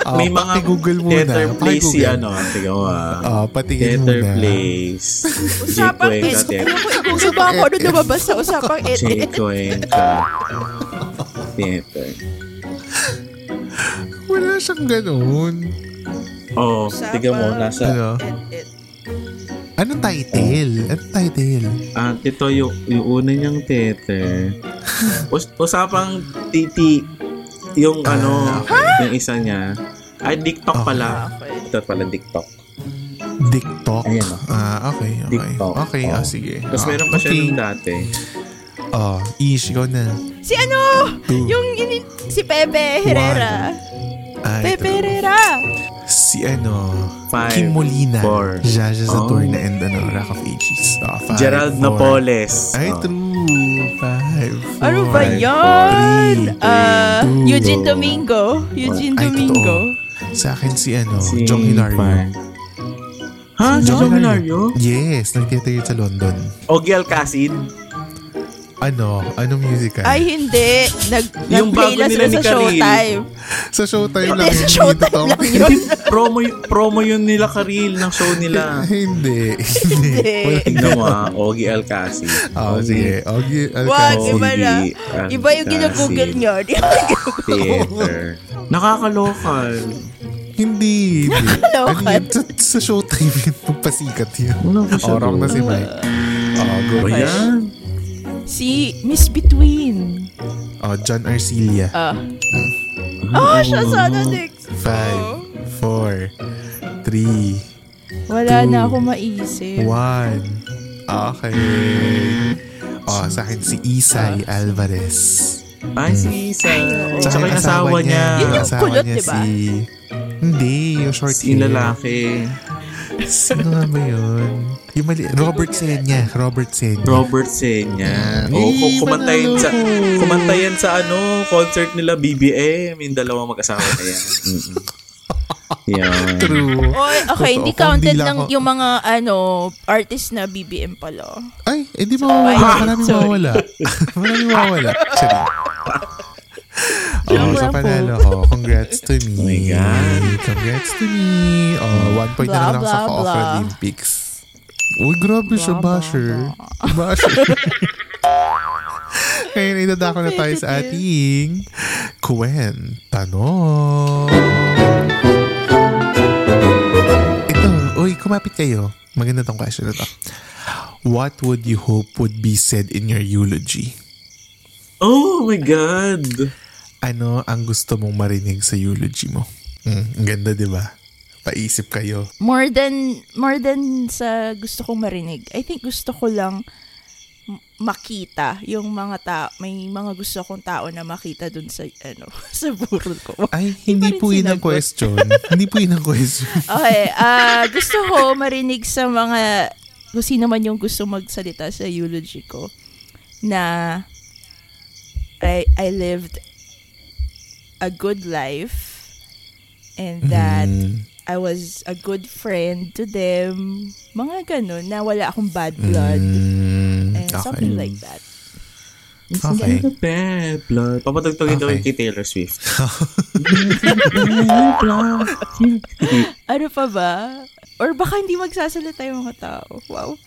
Speaker 1: Ah,
Speaker 2: May mga
Speaker 1: paki-Google muna.
Speaker 2: theater place si
Speaker 1: Paki-Google.
Speaker 2: ano. Tiga mo ha.
Speaker 1: Ah, patingin
Speaker 2: Theater
Speaker 1: muna.
Speaker 2: place. Jay
Speaker 3: Usapang...
Speaker 2: Cuenca
Speaker 3: Ayoko,
Speaker 2: theater.
Speaker 3: i-google pa ako. Ano lumabas sa usapang...
Speaker 2: Jay Cuenca theater.
Speaker 1: Wala siyang ganun.
Speaker 2: Oh, tiga mo. Nasa,
Speaker 1: Ano? Anong title? Anong title?
Speaker 2: ah, ito yung, yung una niyang theater. Us, usapang titi. Yung ano, yung isa niya. Ay, TikTok
Speaker 3: Ah.
Speaker 2: pala. Ito pala, TikTok.
Speaker 1: TikTok?
Speaker 2: Ayan, oh.
Speaker 1: Ah, okay, okay.
Speaker 2: TikTok.
Speaker 1: Okay,
Speaker 2: Oh.
Speaker 1: ah, sige.
Speaker 2: Tapos
Speaker 1: Ah,
Speaker 2: meron pa siya
Speaker 1: okay.
Speaker 2: nung dati.
Speaker 1: Oh, ish, ikaw na.
Speaker 3: Si ano?
Speaker 1: Two.
Speaker 3: Yung yun, si Pepe Herrera.
Speaker 1: Ay, oh.
Speaker 3: Pepe
Speaker 1: true.
Speaker 3: Herrera.
Speaker 1: Ah, Si ano,
Speaker 2: Five,
Speaker 1: Kim Molina.
Speaker 2: four.
Speaker 1: Jaja
Speaker 2: Oh.
Speaker 1: Saturna and ano, Rock of Ages. Ah, five,
Speaker 2: Gerald
Speaker 1: four.
Speaker 2: Napoles.
Speaker 1: Ay,
Speaker 2: Oh.
Speaker 1: true. Five, four.
Speaker 3: Ano ba
Speaker 2: Five,
Speaker 1: four,
Speaker 3: yan?
Speaker 1: three,
Speaker 3: Ah,
Speaker 1: two.
Speaker 3: Eugene Domingo. Eugene
Speaker 1: Ay,
Speaker 3: Domingo.
Speaker 1: totoo. Sa akin si ano,
Speaker 2: Si
Speaker 1: Jong Hilario.
Speaker 2: Fire. Ha? Si John Hilario?
Speaker 1: Yes, nag-theater yun sa London.
Speaker 2: Ogiel Casin?
Speaker 1: Ano? Anong musical?
Speaker 3: Ay, hindi. Nag,
Speaker 2: Yung
Speaker 3: nag-play
Speaker 2: bago
Speaker 3: na
Speaker 2: nila
Speaker 3: sila
Speaker 2: ni
Speaker 3: sa
Speaker 2: Karil.
Speaker 3: Showtime.
Speaker 1: Sa showtime lang.
Speaker 3: Hindi, sa
Speaker 1: yun,
Speaker 3: Showtime
Speaker 1: totoo.
Speaker 3: lang yun.
Speaker 2: promo, y- promo yun nila Karil ng show nila.
Speaker 1: Hindi. Hindi.
Speaker 2: Tingnan mo ah, Ogie Alcasi.
Speaker 1: Oh, sige. Ogie
Speaker 3: Wag,
Speaker 1: Alcasi.
Speaker 3: iba na.
Speaker 2: Alcacil.
Speaker 3: Iba yung ginagoogle
Speaker 1: eh.
Speaker 3: nyo.
Speaker 2: Theater. Nakakalokal.
Speaker 1: Hindi. hindi.
Speaker 3: Hello,
Speaker 1: ano yun? Sa, sa showtime yun, pagpasikat yun.
Speaker 2: Wala ko siya
Speaker 1: Orang na
Speaker 2: doon.
Speaker 1: si Mike. Oh, go
Speaker 2: Ba
Speaker 1: ahead.
Speaker 2: yan?
Speaker 3: si Miss Between.
Speaker 1: Oh, John Arcilia.
Speaker 3: Ah. Oh, siya sana next.
Speaker 1: Five, four, three,
Speaker 3: Wala
Speaker 1: Two.
Speaker 3: na ako maisip.
Speaker 1: one. Okay. Oh, sa akin si Isay Alvarez.
Speaker 2: Ay, si Isa.
Speaker 1: Sa
Speaker 2: Ah. Tsaka
Speaker 1: akin,
Speaker 2: yung asawa niya.
Speaker 3: Yun yung
Speaker 1: asawa
Speaker 3: kulot,
Speaker 1: niya
Speaker 3: diba?
Speaker 1: si... Hindi, yung short
Speaker 2: Si lalaki.
Speaker 1: Sino nga ba yun? Yung mali... Robert Senya. Robert Senya.
Speaker 2: Robert Senya.
Speaker 1: Yeah.
Speaker 2: Oo,
Speaker 1: Hey,
Speaker 2: ku- kumanta yun sa
Speaker 1: panalo!
Speaker 2: kumanta yan sa ano, concert nila BBM, yung dalawa mag-asawa na yan. Mm-mm. Yan.
Speaker 1: True.
Speaker 3: Oy, okay,
Speaker 1: Totoo,
Speaker 3: hindi
Speaker 1: kung
Speaker 3: counted
Speaker 1: di lang
Speaker 3: lang
Speaker 1: ako-
Speaker 3: yung mga ano artist na BBM pala.
Speaker 1: Ay, hindi mawawala.
Speaker 3: Sorry.
Speaker 1: Maraming
Speaker 3: Sorry.
Speaker 1: mawawala. Maraming mawawala. Sorry. Oh, sa
Speaker 3: Joke lang po. Oh
Speaker 1: panalo ko, congrats to me.
Speaker 2: my God.
Speaker 1: Congrats to me. Oh, one point na
Speaker 3: Blah,
Speaker 1: lang ako sa
Speaker 3: blah,
Speaker 1: Kaofra
Speaker 3: blah.
Speaker 1: Olympics. Uy, grabe siya,
Speaker 3: Blah, blah,
Speaker 1: basher. Basher. Ngayon, idadako na tayo sa ating kwentano. Ito, uy, kumapit kayo. Maganda tong question na to. What would you hope would be said in your eulogy?
Speaker 2: Oh my God!
Speaker 1: Ano ang gusto mong marinig sa eulogy mo? Mm, ang ganda, di ba? Paisip kayo.
Speaker 3: More than more than sa gusto kong marinig. I think gusto ko lang m- makita yung mga tao, may mga gusto kong tao na makita dun sa ano sa burol ko.
Speaker 1: Ay,
Speaker 3: Iba
Speaker 1: hindi
Speaker 3: rin
Speaker 1: po yun ang
Speaker 3: sinagot.
Speaker 1: question. hindi po yun ang question.
Speaker 3: Okay, ah gusto ko marinig sa mga kung sino man yung gusto magsalita sa eulogy ko na I, I lived a good life and that
Speaker 1: Mm.
Speaker 3: I was a good friend to them. Mga ganun, na wala akong bad blood.
Speaker 1: Mm,
Speaker 3: and
Speaker 1: okay.
Speaker 3: Eh, Something like that.
Speaker 1: Okay.
Speaker 2: Bad blood. Papatagtugin
Speaker 1: Okay.
Speaker 2: okay. kay Taylor Swift.
Speaker 3: Ano pa ba? Or baka hindi magsasalita yung mga tao. Wow.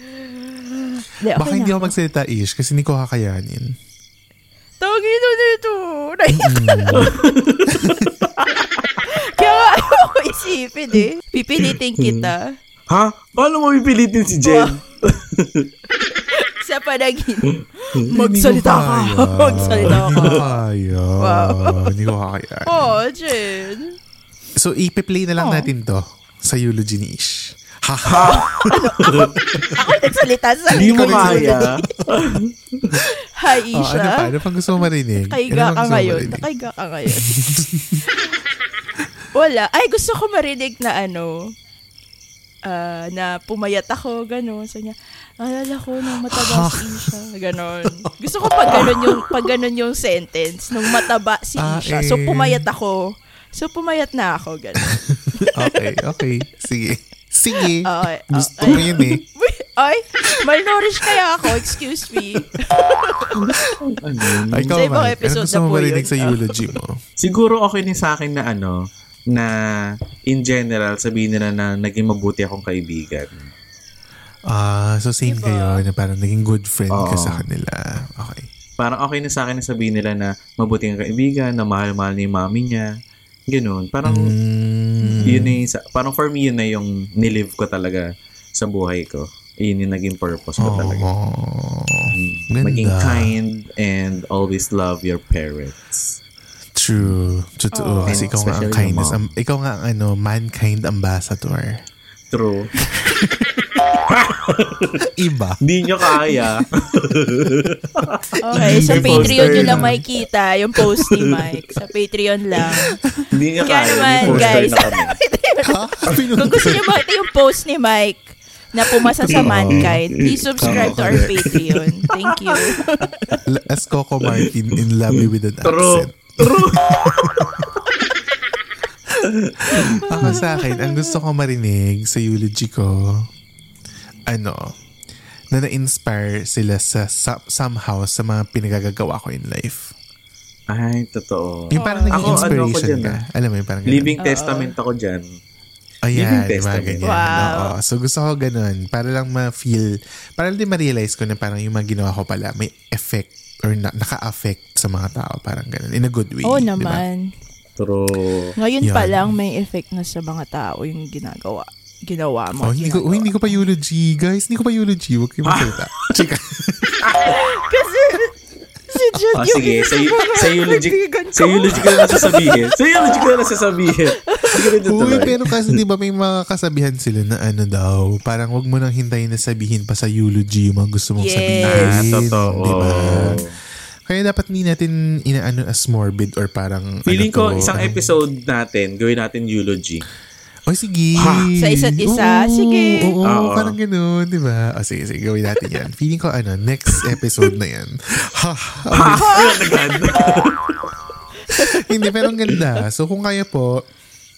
Speaker 3: Hindi, okay
Speaker 1: Baka hindi
Speaker 3: na.
Speaker 1: ako magsalita ish kasi hindi ko kakayanin.
Speaker 3: Tawagin na dito. Naiyak na lang. Kaya nga, ayaw ko isipin eh. Pipilitin kita
Speaker 2: ha? Paano mo pipilitin si Jen?
Speaker 3: sa panaginip. Magsalita ka. Magsalita
Speaker 1: Hindi
Speaker 3: ka.
Speaker 1: ko kaya. Hindi ko kakayanin.
Speaker 3: Oh, Jen.
Speaker 1: So, ipiplay na lang
Speaker 3: Oh.
Speaker 1: natin to sa eulogy ni Ish. Haha!
Speaker 3: Ako nagsalita sa
Speaker 2: Hindi mo
Speaker 1: Ikaw rin
Speaker 2: kaya.
Speaker 3: Hi,
Speaker 1: Oh, ano pa?
Speaker 3: Isha.
Speaker 1: Ano pang gusto mo marinig?
Speaker 3: Nakaiga
Speaker 1: ano pang
Speaker 3: ah?
Speaker 1: gusto
Speaker 3: ka
Speaker 1: mo
Speaker 3: ngayon.
Speaker 1: marinig?
Speaker 3: Nakaiga ka ngayon. Wala. Ay, gusto ko marinig na ano, ah, na pumayat ako, gano'n. So niya, alala ko nung
Speaker 1: Ah.
Speaker 3: mataba si Isha, gano'n. Gusto ko pag gano'n yung, pag gano'n yung sentence, nung mataba si
Speaker 1: Ah,
Speaker 3: Isha. So
Speaker 1: eh.
Speaker 3: pumayat ako. So pumayat na ako, gano'n.
Speaker 1: okay, okay. Sige. Sige.
Speaker 3: Okay, ah,
Speaker 1: gusto
Speaker 3: okay.
Speaker 1: mo yun eh.
Speaker 3: Ay, malnourished kaya ako, excuse me.
Speaker 1: Ay, ikaw,
Speaker 3: Sa ibang
Speaker 1: Mike, ano
Speaker 3: episode
Speaker 1: gusto
Speaker 3: na
Speaker 1: mo
Speaker 3: po
Speaker 1: marinig
Speaker 3: yun.
Speaker 1: sa eulogy mo?
Speaker 2: Siguro okay din sa akin na ano, na in general, sabihin nila na naging mabuti akong kaibigan.
Speaker 1: Ah, so same kayo na parang naging good friend ka
Speaker 2: Oo.
Speaker 1: sa kanila. Okay.
Speaker 2: Parang okay na sa akin na sabihin nila na mabuti ang kaibigan, na mahal-mahal ni mami niya. Ganun. Parang
Speaker 1: Mm,
Speaker 2: yun na yung, sa- parang for me yun na yung nilive ko talaga sa buhay ko. Yun yung naging purpose ko talaga.
Speaker 1: oh,
Speaker 2: Maging
Speaker 1: ganda.
Speaker 2: kind and always love your parents.
Speaker 1: True. Totoo. Kasi
Speaker 2: And
Speaker 1: ikaw nga ang
Speaker 2: Oh, especially
Speaker 1: kindness. Am,
Speaker 2: yung
Speaker 1: ikaw nga ang ano, mankind ambassador.
Speaker 2: True.
Speaker 1: Iba.
Speaker 2: Hindi nyo kaya.
Speaker 3: Okay, sa
Speaker 2: Yung
Speaker 3: Patreon
Speaker 2: poster
Speaker 3: nyo lang
Speaker 2: na.
Speaker 3: makikita yung post ni Mike. Sa Patreon lang.
Speaker 2: Hindi nyo
Speaker 3: Kaya
Speaker 2: kaya.
Speaker 3: naman,
Speaker 2: May poster
Speaker 3: guys.
Speaker 2: na kami.
Speaker 1: ha?
Speaker 3: Kung gusto niyo makita yung post ni Mike na pumasa sa mankind, please subscribe to our Patreon. Thank you.
Speaker 1: As Coco Martin in love you with an
Speaker 2: True.
Speaker 1: accent. Ako sa akin, ang gusto ko marinig sa eulogy ko, ano, na na-inspire sila sa, sa somehow sa mga pinagagagawa ko in life.
Speaker 2: Ay, totoo.
Speaker 1: Yung parang naging
Speaker 2: Ako, ano ako
Speaker 1: inspiration
Speaker 2: dyan,
Speaker 1: ka.
Speaker 2: ah.
Speaker 1: Alam mo yung parang ganun.
Speaker 2: Living testament ako dyan.
Speaker 1: Ayan,
Speaker 2: Living
Speaker 1: Oh, di ba,
Speaker 2: testament.
Speaker 1: ganyan.
Speaker 3: Wow.
Speaker 1: Oo. So gusto ko ganun. Para lang ma-feel, para lang din ma-realize ko na parang yung mga ginawa ko pala may effect or na- naka-affect sa mga tao. Parang ganun. In a good way.
Speaker 3: Oo
Speaker 1: di ba?
Speaker 3: naman.
Speaker 2: True.
Speaker 3: Ngayon pa
Speaker 1: Yun.
Speaker 3: lang may effect na sa mga tao yung ginagawa. Ginawa mo.
Speaker 1: Oh, hindi ko, oh,
Speaker 3: ginagawa.
Speaker 1: hindi ko pa eulogy, guys. Hindi ko pa eulogy. Huwag kayo magsalita. Chika.
Speaker 3: Kasi, si Jed
Speaker 2: Ah,
Speaker 3: yung
Speaker 2: sige, sa, sa eulogic,
Speaker 3: kaibigan ko.
Speaker 2: sa eulogic na lang sasabihin. Sa eulogic na lang sasabihin. Sige, na
Speaker 1: Uy,
Speaker 2: tuloy.
Speaker 1: pero kasi di ba may mga kasabihan sila na ano daw, parang wag mo nang hintayin na sabihin pa sa eulogy yung mga gusto mong
Speaker 3: Yes.
Speaker 1: sabihin.
Speaker 2: Ah, totoo.
Speaker 1: Di ba? Kaya dapat hindi natin inaano as morbid or parang
Speaker 2: Feeling
Speaker 1: ano to,
Speaker 2: ko, isang
Speaker 1: parang-
Speaker 2: episode natin, gawin natin eulogy.
Speaker 1: O sige.
Speaker 3: Sa isa't
Speaker 1: Oo,
Speaker 3: isa, sige.
Speaker 1: Oo,
Speaker 2: Oo.
Speaker 1: parang ganun, di ba? O sige, sige, gawin natin yan. Feeling ko ano, next episode na yan. Ha,
Speaker 3: Ah.
Speaker 1: okay. Hindi, pero ang ganda. So kung kaya po,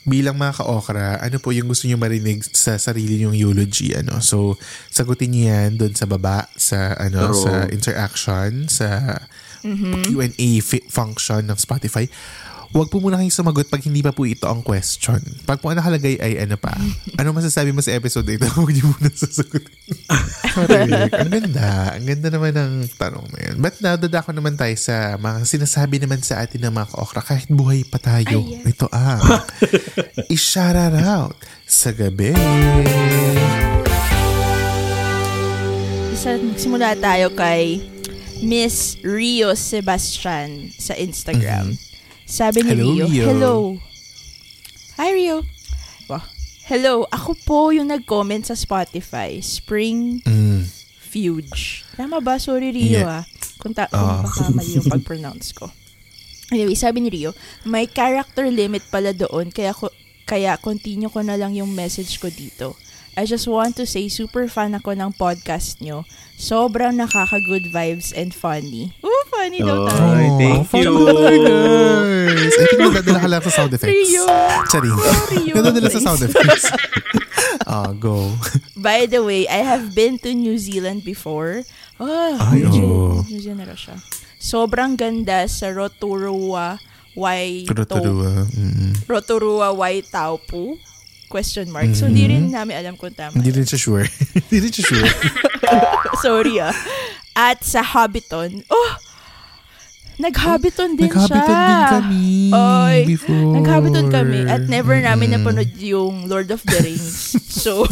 Speaker 1: bilang mga ka-okra, ano po yung gusto nyo marinig sa sarili yung eulogy? Ano? So, sagutin nyo yan doon sa baba, sa, ano,
Speaker 2: True.
Speaker 1: sa interaction, sa Q&A fi- function ng Spotify. Huwag po muna kayong sumagot pag hindi pa po ito ang question. Pag po ang nakalagay ay ano pa, ano masasabi mo sa episode na ito? Huwag niyo muna sasagutin. Correct. ang ganda. Ang ganda naman ng tanong na yan. But now, dadako naman tayo sa mga sinasabi naman sa atin ng mga ka-okra kahit buhay pa tayo. Ito ang i-shoutout out sa gabi.
Speaker 3: Isa, magsimula tayo kay Miss Rio Sebastian sa Instagram. Sabi
Speaker 1: Mm-hmm.
Speaker 3: ni
Speaker 1: Hello,
Speaker 3: Rio,
Speaker 1: Rio.
Speaker 3: Hello. Hi, Rio. Wow. Hello, ako po yung nag-comment sa Spotify. Spring
Speaker 1: Mm.
Speaker 3: Fuge. Tama ba? Sorry, Rio
Speaker 1: Yeah. Ah.
Speaker 3: ah. Kung, ta- kung baka mali yung pag-pronounce ko. Anyway, sabi ni Rio, may character limit pala doon kaya ko, kaya continue ko na lang yung message ko dito. I just want to say super fan ako ng podcast nyo. Sobrang nakaka-good vibes and funny. Ooh, funny
Speaker 2: Oh,
Speaker 3: daw tayo.
Speaker 2: Ay, thank
Speaker 1: Ang fun
Speaker 2: you.
Speaker 1: naman tayo, guys. I think nadadala ka lang sa sound effects.
Speaker 3: Rio.
Speaker 1: Charing.
Speaker 3: Rio.
Speaker 1: nadadala sa
Speaker 3: Please.
Speaker 1: sound effects. Ah, go.
Speaker 3: By the way, I have been to New Zealand before. Ah,
Speaker 1: Ay,
Speaker 3: New,
Speaker 1: oo.
Speaker 3: New Zealand raw siya. Sobrang ganda sa Rotorua, Waito,
Speaker 1: Turo-turo. Mm.
Speaker 3: Rotorua Waitaupu? Question mark. So, di rin namin alam kung tama.
Speaker 1: Hindi rin siya sure. Hindi rin siya sure.
Speaker 3: Sorry ah. At sa Hobbiton. Oh! Nag-Hobbiton din
Speaker 1: Naghabitan
Speaker 3: siya.
Speaker 1: din kami
Speaker 3: Oy,
Speaker 1: before.
Speaker 3: Nag-Hobbiton kami. At never namin
Speaker 1: Mm-mm.
Speaker 3: napanood yung Lord of the Rings. so,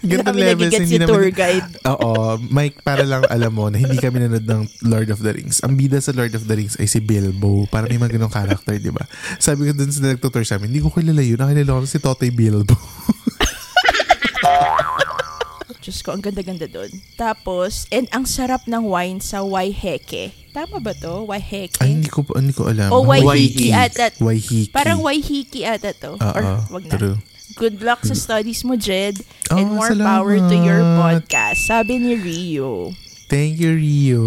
Speaker 3: hindi
Speaker 1: Ganito
Speaker 3: namin
Speaker 1: levels,
Speaker 3: nagigets
Speaker 1: hindi
Speaker 3: yung
Speaker 1: namin-
Speaker 3: tour guide.
Speaker 1: Oo, Mike, para lang alam mo na hindi kami nanood ng Lord of the Rings. Ang bida sa Lord of the Rings ay si Bilbo. Para may mga ganong character, di ba? Sabi ko dun sa nagtutur sa amin, hindi ko kilala yun. Nakilala ko si Totoy Bilbo.
Speaker 3: Diyos ko, ang ganda-ganda doon. Tapos, and ang sarap ng wine sa Waiheke. Tama ba to? Waiheke?
Speaker 1: Ay, hindi ko, hindi ko alam.
Speaker 3: o
Speaker 2: Waiheke.
Speaker 3: Waihiki ata.
Speaker 1: Waihiki.
Speaker 3: Parang Waihiki ata to.
Speaker 1: Oo,
Speaker 3: Or, wag na.
Speaker 1: Ah, true.
Speaker 3: Good luck sa studies mo, Jed.
Speaker 1: Oh,
Speaker 3: and more power to
Speaker 1: salamat.
Speaker 3: your podcast. Sabi ni Rio.
Speaker 1: Thank you, Rio.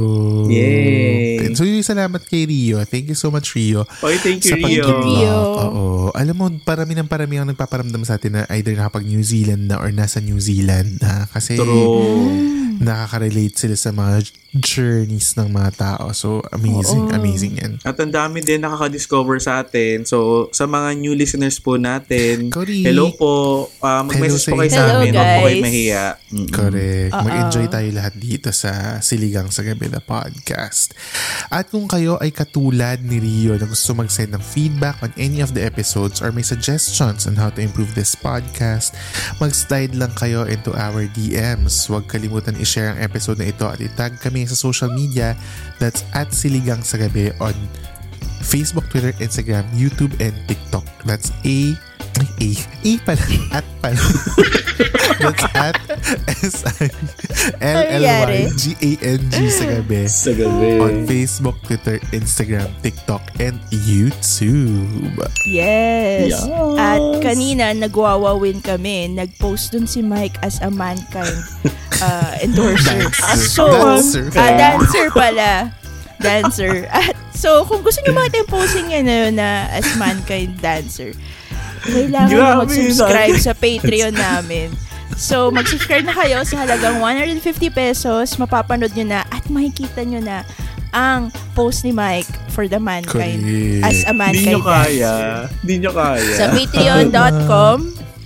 Speaker 2: Yay.
Speaker 1: So, yung salamat kay Rio. Thank you so much, Rio.
Speaker 2: Oy, thank
Speaker 1: Sa
Speaker 2: you, Rio.
Speaker 3: Thank you, Rio.
Speaker 1: Oo. Alam mo, parami ng parami ang nagpaparamdam sa atin na either nakapag New Zealand na or nasa New Zealand na. Kasi
Speaker 2: True.
Speaker 1: nakaka-relate sila sa mga journeys ng mga tao. So, amazing, amazing yan.
Speaker 2: At ang dami din nakaka-discover sa atin. So, sa mga new listeners po natin,
Speaker 1: Correct.
Speaker 2: hello po. Ah, mag-message
Speaker 1: Hello sa
Speaker 2: po kayo
Speaker 1: inyo.
Speaker 2: sa
Speaker 3: Hello,
Speaker 2: amin. Huwag po kayo
Speaker 3: guys.
Speaker 2: mahiya. Mm.
Speaker 1: Correct. Mag-enjoy tayo lahat dito sa Siligang sa Gabi na podcast. At kung kayo ay katulad ni Rio na gusto mag-send ng feedback on any of the episodes or may suggestions on how to improve this podcast, mag-slide lang kayo into our DMs. Huwag kalimutan i-share ang episode na ito at itag kami sa social media that's at Siligang sa Gabi on Facebook, Twitter, Instagram, YouTube, and TikTok. That's A ay, A. A pala. At pala. That's at S-I-L-L-Y-G-A-N-G sa gabi.
Speaker 2: Sa gabi.
Speaker 1: On Facebook, Twitter, Instagram, TikTok, and YouTube.
Speaker 3: Yes.
Speaker 2: Yes.
Speaker 3: At kanina, nagwawawin kami. Nag-post dun si Mike as a mankind uh, endorser. so,
Speaker 1: Dancer.
Speaker 3: ah, dancer pala. Dancer. At so, kung gusto nyo makita yung posting niya na yun na as mankind dancer, kailangan nyo
Speaker 2: Grabe,
Speaker 3: mag-subscribe
Speaker 2: Mike.
Speaker 3: sa Patreon namin. So, mag-subscribe na kayo sa halagang 150 pesos. Mapapanood nyo na at makikita nyo na ang post ni Mike for the mankind
Speaker 1: Correct.
Speaker 3: as a
Speaker 2: Hindi nyo
Speaker 3: mankind.
Speaker 2: kaya. Hindi nyo kaya.
Speaker 3: Sa patreon.com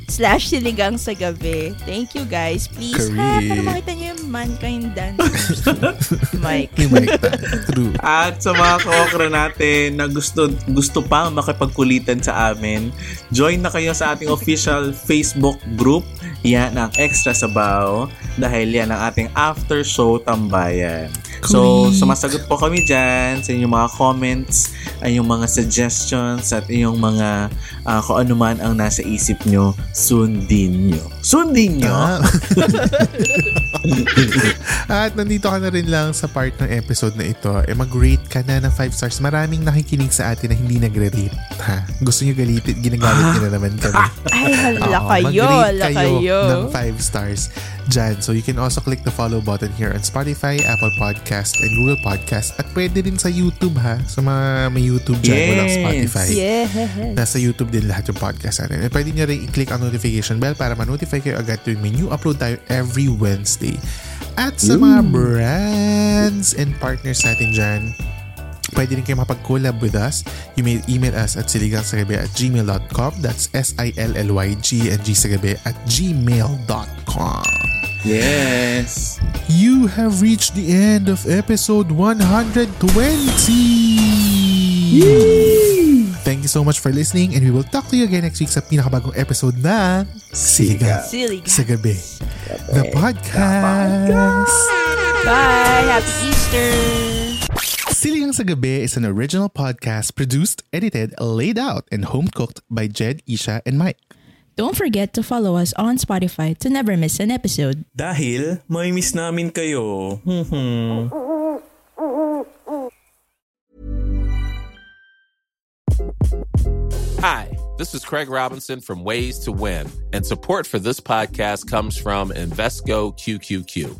Speaker 3: slash siligang sa gabi. Thank you guys. Please, ha, para
Speaker 1: Correct.
Speaker 3: makita nyo yung mankind dance moves ni Mike.
Speaker 1: Yung Mike Tan. True.
Speaker 2: At sa mga kokra natin na gusto, gusto pa makipagkulitan sa amin, join na kayo sa ating official Facebook group. Yan ang Extra Sabaw dahil yan ang ating after show tambayan. So, sumasagot po kami dyan sa inyong mga comments, ay yung mga suggestions, at yung mga ah, kung ano man ang nasa isip nyo, sundin nyo. Sundin nyo!
Speaker 1: Ah. At nandito ka na rin lang sa part ng episode na ito. E mag-rate ka na ng 5 stars. Maraming nakikinig sa atin na hindi nagre-rate. Ha? Gusto nyo galitin, ginagamit nyo na naman kami.
Speaker 3: Ay,
Speaker 2: Ah,
Speaker 3: hala
Speaker 1: Oo,
Speaker 3: kayo,
Speaker 1: mag-rate
Speaker 3: hala kayo.
Speaker 1: kayo ng 5 stars dyan. So you can also click the follow button here on Spotify, Apple Podcast, and Google Podcast. At pwede rin sa YouTube ha. Sa mga may YouTube dyan,
Speaker 2: Yes.
Speaker 1: walang Spotify.
Speaker 3: Yeah.
Speaker 1: Nasa YouTube din lahat yung podcast natin. At pwede nyo rin i-click ang notification bell para ma-notify kayo agad tuwing may new upload tayo every Wednesday. At sa mga brands and partners natin dyan, pwede rin kayo makapag-collab with us. You may email us at siligangsagabi at gmail.com. That's S-I-L-L-Y-G and G sagabi at gmail.com.
Speaker 2: Yes!
Speaker 1: You have reached the end of episode 120. Thank you so much for listening and we will talk to you again next week sa pinakabagong episode na Siga
Speaker 3: Siligang.
Speaker 1: sa Gabi. The podcast.
Speaker 3: Bye! Happy Easter!
Speaker 1: Siligang sa Gabi is an original podcast produced, edited, laid out, and home cooked by Jed, Isha, and Mike.
Speaker 3: Don't forget to follow us on Spotify to never miss an episode.
Speaker 5: Dahil may miss namin kayo. Hmm,
Speaker 6: Hi, this is Craig Robinson from Ways to Win, and support for this podcast comes from Invesco QQQ.